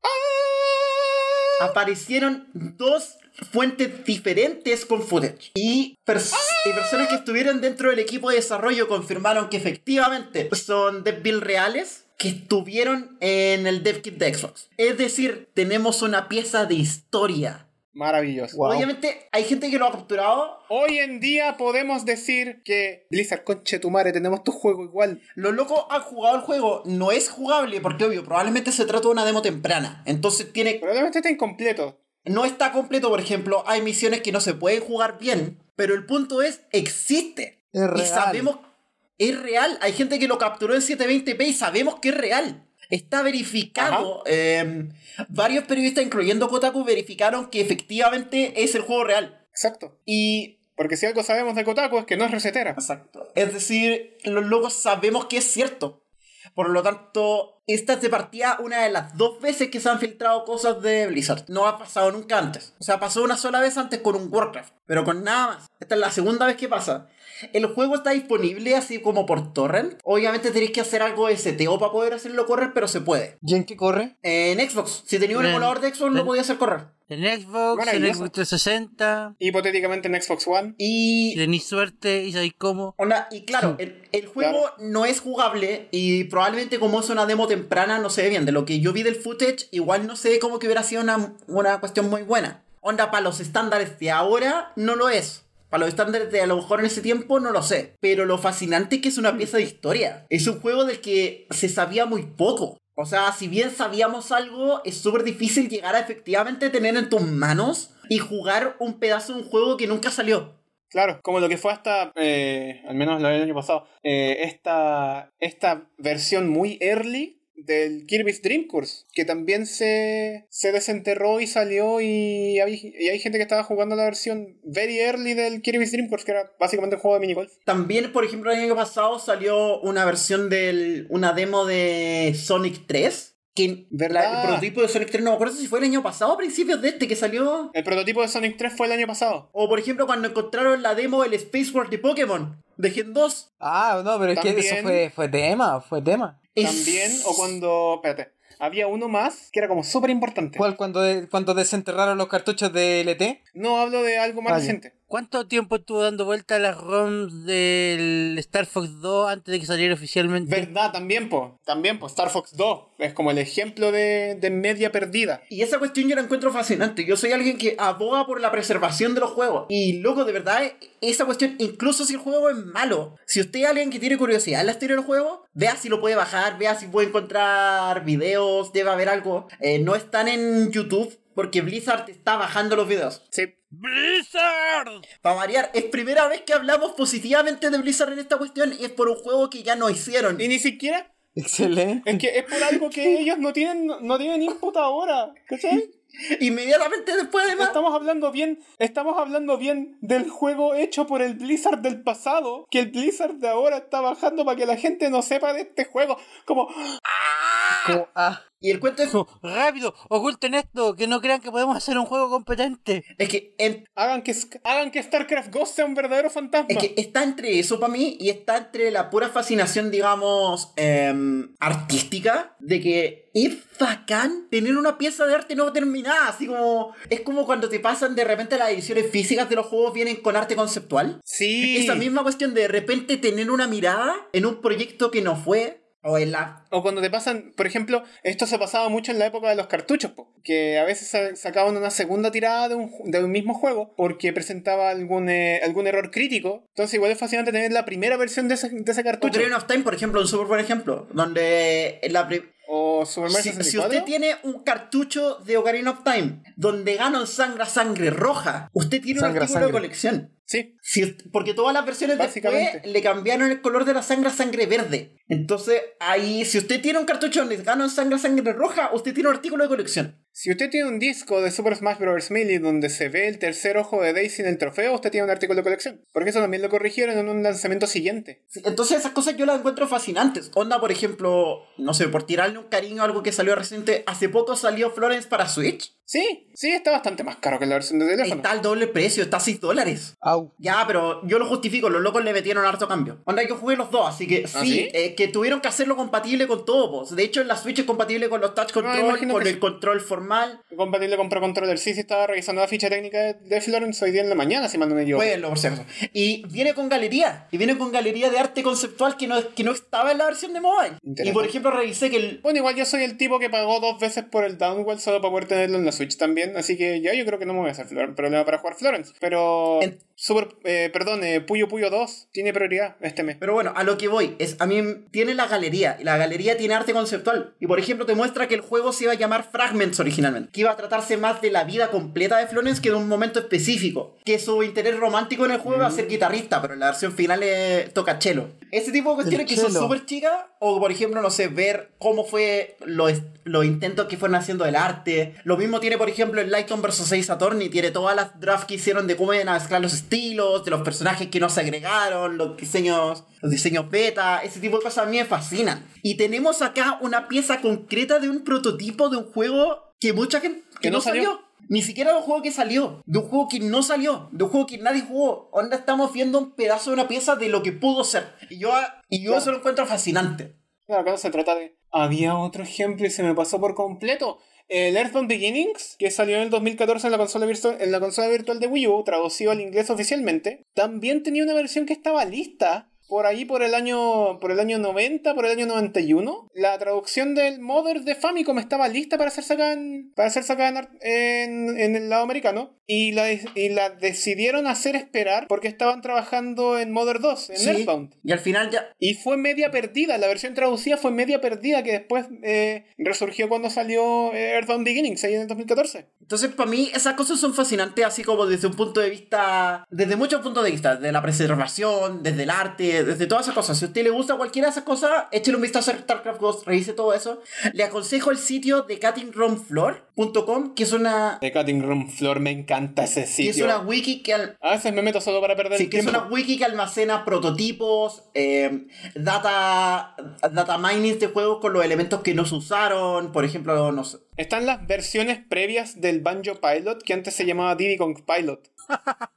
[SPEAKER 4] Aparecieron dos fuentes diferentes con footage. Y, pers- y personas que estuvieron dentro del equipo de desarrollo confirmaron que efectivamente son dev build reales que estuvieron en el dev kit de Xbox. Es decir, tenemos una pieza de historia.
[SPEAKER 2] Maravilloso.
[SPEAKER 3] Wow.
[SPEAKER 4] Obviamente hay gente que lo ha capturado,
[SPEAKER 2] Hoy en día podemos decir que Blizzard, conche tu madre, tenemos tu juego igual.
[SPEAKER 4] Los locos han jugado el juego, no es jugable porque obvio, probablemente se trata de una demo temprana. Entonces tiene
[SPEAKER 2] Probablemente está incompleto.
[SPEAKER 4] no está completo, por ejemplo, hay misiones que no se pueden jugar bien, pero el punto es existe.
[SPEAKER 3] Es
[SPEAKER 4] Y
[SPEAKER 3] real.
[SPEAKER 4] sabemos es real, hay gente que lo capturó en 720p y sabemos que es real. Está verificado. eh, varios periodistas, incluyendo Kotaku, verificaron que efectivamente es el juego real.
[SPEAKER 2] Exacto.
[SPEAKER 4] Y
[SPEAKER 2] Porque si algo sabemos de Kotaku es que no es recetera.
[SPEAKER 4] Exacto. Es decir, los locos sabemos que es cierto. Por lo tanto, esta es de partida una de las dos veces que se han filtrado cosas de Blizzard. No ha pasado nunca antes. O sea, pasó una sola vez antes con un Warcraft, pero con nada más. Esta es la segunda vez que pasa. El juego está disponible así como por torrent. Obviamente tenéis que hacer algo de STO para poder hacerlo correr, pero se puede.
[SPEAKER 3] ¿Y en qué corre?
[SPEAKER 4] En Xbox, si tenía un
[SPEAKER 1] Bien.
[SPEAKER 4] emulador de Xbox,
[SPEAKER 1] Bien.
[SPEAKER 4] lo podía hacer correr.
[SPEAKER 1] En Xbox, en
[SPEAKER 2] Maravilloso.
[SPEAKER 1] Xbox 360,
[SPEAKER 2] Hipotéticamente en Xbox One.
[SPEAKER 4] Y
[SPEAKER 1] si tenéis suerte y sabéis cómo.
[SPEAKER 4] Onda, y claro, el, el juego no es jugable y probablemente como es una demo temprana no se ve bien. De lo que yo vi del footage, igual no se ve como que hubiera sido una, una cuestión muy buena. Onda, para los estándares de ahora no lo es. Para los estándares de a lo mejor en ese tiempo no lo sé. Pero lo fascinante es que es una pieza de historia. Es un juego del que se sabía muy poco. O sea, si bien sabíamos algo, es súper difícil llegar a efectivamente tener en tus manos y jugar un pedazo de un juego que nunca salió.
[SPEAKER 2] Claro, como lo que fue hasta, eh, al menos lo del año pasado, eh, esta, esta versión muy early del Kirby's Dream Course, que también se, se desenterró y salió y hay, y hay gente que estaba jugando la versión very early del Kirby's Dream Course, que era básicamente un juego de minigolf.
[SPEAKER 4] También, por ejemplo, el año pasado salió una versión del. una demo de Sonic 3. Que
[SPEAKER 2] ¿Verdad?
[SPEAKER 4] la- el prototipo de Sonic 3 no me acuerdo si fue el año pasado o a principios de este que salió.
[SPEAKER 2] El prototipo de Sonic 3 fue el año pasado.
[SPEAKER 4] O por ejemplo, cuando encontraron la demo del Space World de Pokémon de Gen 2.
[SPEAKER 3] Ah, no, pero es que
[SPEAKER 2] También-
[SPEAKER 3] eso fue, fue tema, fue tema.
[SPEAKER 4] Es-
[SPEAKER 2] También, o cuando, espérate, había uno más que era como súper importante.
[SPEAKER 3] ¿Cuál cuando, de- cuando desenterraron los cartuchos de LT?
[SPEAKER 2] No hablo de algo más
[SPEAKER 3] Ah, ya.
[SPEAKER 2] reciente.
[SPEAKER 1] ¿Cuánto tiempo estuvo dando vuelta las ROMs del Star Fox 2 antes de que saliera oficialmente?
[SPEAKER 2] ¿Verdad? También, po. También, po. Star Fox 2 es como el ejemplo de, de media perdida.
[SPEAKER 4] Y esa cuestión yo la encuentro fascinante. Yo soy alguien que aboga por la preservación de los juegos. Y loco, de verdad, esa cuestión, incluso si el juego es malo, si usted es alguien que tiene curiosidad en la historia del juego, vea si lo puede bajar, vea si puede encontrar videos, debe haber algo. Eh, no están en YouTube porque Blizzard está bajando los videos.
[SPEAKER 2] Sí.
[SPEAKER 1] ¡Blizzard!
[SPEAKER 4] Para variar, es primera vez que hablamos positivamente de Blizzard en esta cuestión y es por un juego que ya no hicieron.
[SPEAKER 2] Y ni siquiera.
[SPEAKER 3] Excelente.
[SPEAKER 2] Es que es por algo que ellos no tienen, no tienen input ahora. ¿Cachai?
[SPEAKER 4] Inmediatamente después, además.
[SPEAKER 2] Estamos hablando bien. Estamos hablando bien del juego hecho por el Blizzard del pasado. Que el Blizzard de ahora está bajando para que la gente no sepa de este juego. Como.
[SPEAKER 3] Como- ah,
[SPEAKER 4] Y el cuento es,
[SPEAKER 1] ¡Rápido! ¡Oculten esto! ¡Que no crean que podemos hacer un juego competente!
[SPEAKER 4] es que en
[SPEAKER 2] Hagan que, hagan que StarCraft Ghost sea un verdadero fantasma.
[SPEAKER 4] Es que está entre eso para mí y está entre la pura fascinación, digamos, em, artística, de que es bacán tener una pieza de arte no terminada, así como... Es como cuando te pasan de repente las ediciones físicas de los juegos vienen con arte conceptual.
[SPEAKER 2] Sí.
[SPEAKER 4] Esa misma cuestión de de repente tener una mirada en un proyecto que no fue, o en la...
[SPEAKER 2] O cuando te pasan, por ejemplo, esto se pasaba mucho en la época de los cartuchos, po, que a veces sa- sacaban una segunda tirada de un, ju- de un mismo juego porque presentaba algún, eh, algún error crítico. Entonces igual es fascinante tener la primera versión de ese, de ese
[SPEAKER 4] O
[SPEAKER 2] cartucho.
[SPEAKER 4] Ocarina of Time, por ejemplo, un súper buen ejemplo, donde la pri-
[SPEAKER 2] O Super Mario
[SPEAKER 4] Si, si
[SPEAKER 2] 64.
[SPEAKER 4] usted tiene un cartucho de Ocarina of Time donde Ganon sangra sangre roja, usted tiene
[SPEAKER 2] Sangra
[SPEAKER 4] un artículo
[SPEAKER 2] sangre.
[SPEAKER 4] de colección.
[SPEAKER 2] Sí,
[SPEAKER 4] Si usted- porque todas las versiones después
[SPEAKER 2] Básicamente.
[SPEAKER 4] le cambiaron el color de la sangre a sangre verde. Entonces, ahí, si usted tiene un cartucho donde Ganon sangra sangre roja, usted tiene un artículo de colección.
[SPEAKER 2] si usted tiene un disco de Super Smash Bros. Melee donde se ve el tercer ojo de Daisy en el trofeo, usted tiene un artículo de colección. Porque eso también lo corrigieron en un lanzamiento siguiente.
[SPEAKER 4] Sí, Entonces esas cosas yo las encuentro fascinantes. Onda, por ejemplo, no sé, por tirarle un cariño a algo que salió reciente, hace poco salió Florence para Switch.
[SPEAKER 2] Sí, sí, está bastante más caro que la versión de teléfono.
[SPEAKER 4] Está al doble precio, está a 6 dólares.
[SPEAKER 3] Au.
[SPEAKER 4] Ya, pero yo lo justifico, los locos le metieron harto cambio. Onda, yo jugué los dos, así que sí,
[SPEAKER 2] ¿Ah, sí?
[SPEAKER 4] eh, que tuvieron que hacerlo compatible con todo. pues. De hecho, en la Switch es compatible con los touch control,
[SPEAKER 2] imagino
[SPEAKER 4] con
[SPEAKER 2] que
[SPEAKER 4] el
[SPEAKER 2] sí.
[SPEAKER 4] control formal.
[SPEAKER 2] Compatible con Pro Controller. Sí, sí, estaba revisando la ficha técnica de Florence hoy día en la mañana, si mal no me equivoco.
[SPEAKER 4] Jueguenlo, por si acaso. Y viene con galería. Y viene con galería de arte conceptual que no, que no estaba en la versión de mobile.
[SPEAKER 2] Interesante.
[SPEAKER 4] Y por ejemplo, revisé que el,
[SPEAKER 2] Bueno, igual yo soy el tipo que pagó dos veces por el Downwell solo para poder tenerlo en la Switch también, así que ya yo creo que no me voy a hacer flor- problema para jugar Florence. Pero.
[SPEAKER 4] En-
[SPEAKER 2] Super, eh, perdón, eh, Puyo Puyo 2 tiene prioridad este mes.
[SPEAKER 4] Pero bueno, a lo que voy es, a mí tiene la galería, y la galería tiene arte conceptual. Y por ejemplo, te muestra que el juego se iba a llamar Fragments originalmente, que iba a tratarse más de la vida completa de Florence que de un momento específico, que su interés romántico en el juego iba a ser guitarrista, pero en la versión final eh, toca chelo. Ese tipo de cuestiones que son
[SPEAKER 3] cello.
[SPEAKER 4] súper chicas, o por ejemplo, no sé, ver cómo fue los, los intentos que fueron haciendo del arte. Lo mismo tiene, por ejemplo, el Lighton vs 6 Attorney, tiene todas las drafts que hicieron de cómo iban a mezclar los estilos, de los personajes que no se agregaron, los diseños, los diseños beta, ese tipo de cosas a mí me fascinan. Y tenemos acá una pieza concreta de un prototipo de un juego que mucha gente que
[SPEAKER 2] Que no
[SPEAKER 4] no salió.
[SPEAKER 2] salió.
[SPEAKER 4] Ni siquiera de un juego que salió, de un juego que no salió, de un juego que nadie jugó. Onda estamos viendo un pedazo de una pieza de lo que pudo ser. Y yo, ah, y yo
[SPEAKER 2] Claro.
[SPEAKER 4] eso lo encuentro fascinante.
[SPEAKER 2] Claro, cuando se trata de. Había otro ejemplo y se me pasó por completo. El Earthbound Beginnings, que salió en el 2014 en la consola, virtu- en la consola virtual de Wii U, traducido al inglés oficialmente, también tenía una versión que estaba lista por ahí por el año por el año 90, por el año 91. La traducción del Mother de Famicom estaba lista para ser sacada en, para ser sacada en, ar- en- en el lado americano y la, y la decidieron hacer esperar porque estaban trabajando en Mother 2, en
[SPEAKER 4] Sí.
[SPEAKER 2] Earthbound.
[SPEAKER 4] Y al final ya...
[SPEAKER 2] Y fue media perdida, la versión traducida fue media perdida que después eh, resurgió cuando salió eh, Earthbound Beginnings ahí en el 2014.
[SPEAKER 4] Entonces, para mí, esas cosas son fascinantes, así como desde un punto de vista, desde muchos puntos de vista, desde la preservación, desde el arte, desde todas esas cosas. Si a usted le gusta cualquiera de esas cosas, échele un vistazo a StarCraft Ghost, revise todo eso. Le aconsejo el sitio de cuttingroomfloor.com, que es una,
[SPEAKER 2] The Cutting Room Floor, me encanta ese
[SPEAKER 4] que es una wiki que al,
[SPEAKER 2] A veces me meto solo para perder
[SPEAKER 4] Sí,
[SPEAKER 2] el
[SPEAKER 4] que es
[SPEAKER 2] tiempo.
[SPEAKER 4] una wiki que almacena prototipos, eh, data, data mining de juegos con los elementos que no se usaron, por ejemplo, no sé.
[SPEAKER 2] Están las versiones previas del Banjo Pilot, que antes se llamaba Diddy Kong Pilot.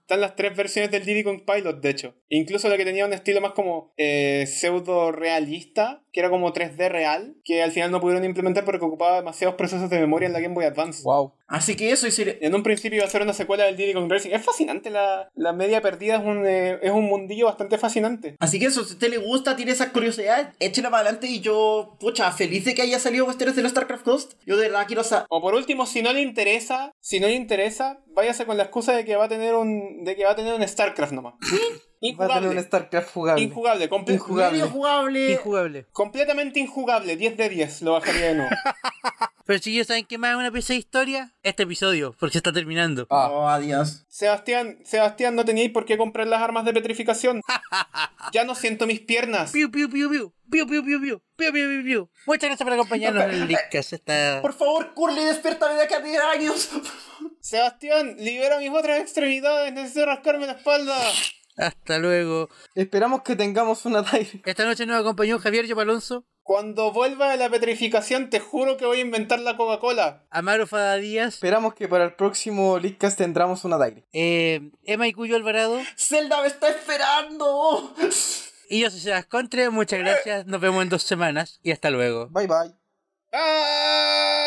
[SPEAKER 2] Están las tres versiones del Diddy Kong Pilot, de hecho. Incluso la que tenía un estilo más como eh, pseudo realista, que era como 3D real, que al final no pudieron implementar porque ocupaba demasiados procesos de memoria en la Game Boy Advance.
[SPEAKER 3] Wow.
[SPEAKER 4] Así que eso, y si le-
[SPEAKER 2] En un principio iba a ser una secuela del Diddy Kong Racing. Es fascinante, la, la media perdida es un, eh, es un mundillo bastante fascinante.
[SPEAKER 4] Así que eso, si a usted le gusta, tiene esas curiosidades, échela para adelante y yo, pucha, feliz de que haya salido Westeros de los StarCraft Ghost. Yo de verdad quiero saber.
[SPEAKER 2] O por último, si no le interesa, si no le interesa, váyase con la excusa de que va a tener un, de que va a tener un StarCraft nomás.
[SPEAKER 3] Va a tener un
[SPEAKER 2] Injugable.
[SPEAKER 3] StarCraft jugable.
[SPEAKER 2] Injugable, comple-
[SPEAKER 3] Injugable.
[SPEAKER 4] jugable.
[SPEAKER 1] Injugable.
[SPEAKER 2] completamente injugable. 10 de 10, lo bajaría de nuevo.
[SPEAKER 1] Pero si yo saben que más es una pieza de historia, este episodio, porque se está terminando.
[SPEAKER 3] Ah.
[SPEAKER 4] Oh, adiós.
[SPEAKER 2] Sebastián, Sebastián, no teníais por qué comprar las armas de petrificación. Ya no siento mis piernas.
[SPEAKER 1] Piu, piu, piu, piu. Piu, piu, piu, piu. Piu, piu, piu, piu. Muchas gracias por acompañarnos en el Leadcast, esta-
[SPEAKER 4] Por favor, Curly, despértame de acá de años.
[SPEAKER 2] Sebastián, libera mis otras extremidades, necesito rascarme la espalda.
[SPEAKER 1] Hasta luego.
[SPEAKER 3] Esperamos que tengamos una Tyre.
[SPEAKER 1] Esta noche nos acompañó Javier Yopalonso,
[SPEAKER 2] Cuando vuelva de la petrificación, te juro que voy a inventar la Coca-Cola.
[SPEAKER 1] Amaro Fada Díaz,
[SPEAKER 3] Esperamos que para el próximo Leadcast tendremos una Tyre.
[SPEAKER 1] eh, Emma y Cuyo Alvarado.
[SPEAKER 4] Zelda me está esperando.
[SPEAKER 1] Y yo soy Sebas Contre. Muchas gracias. Nos vemos en dos semanas y hasta luego.
[SPEAKER 3] Bye bye.
[SPEAKER 2] ¡Ah!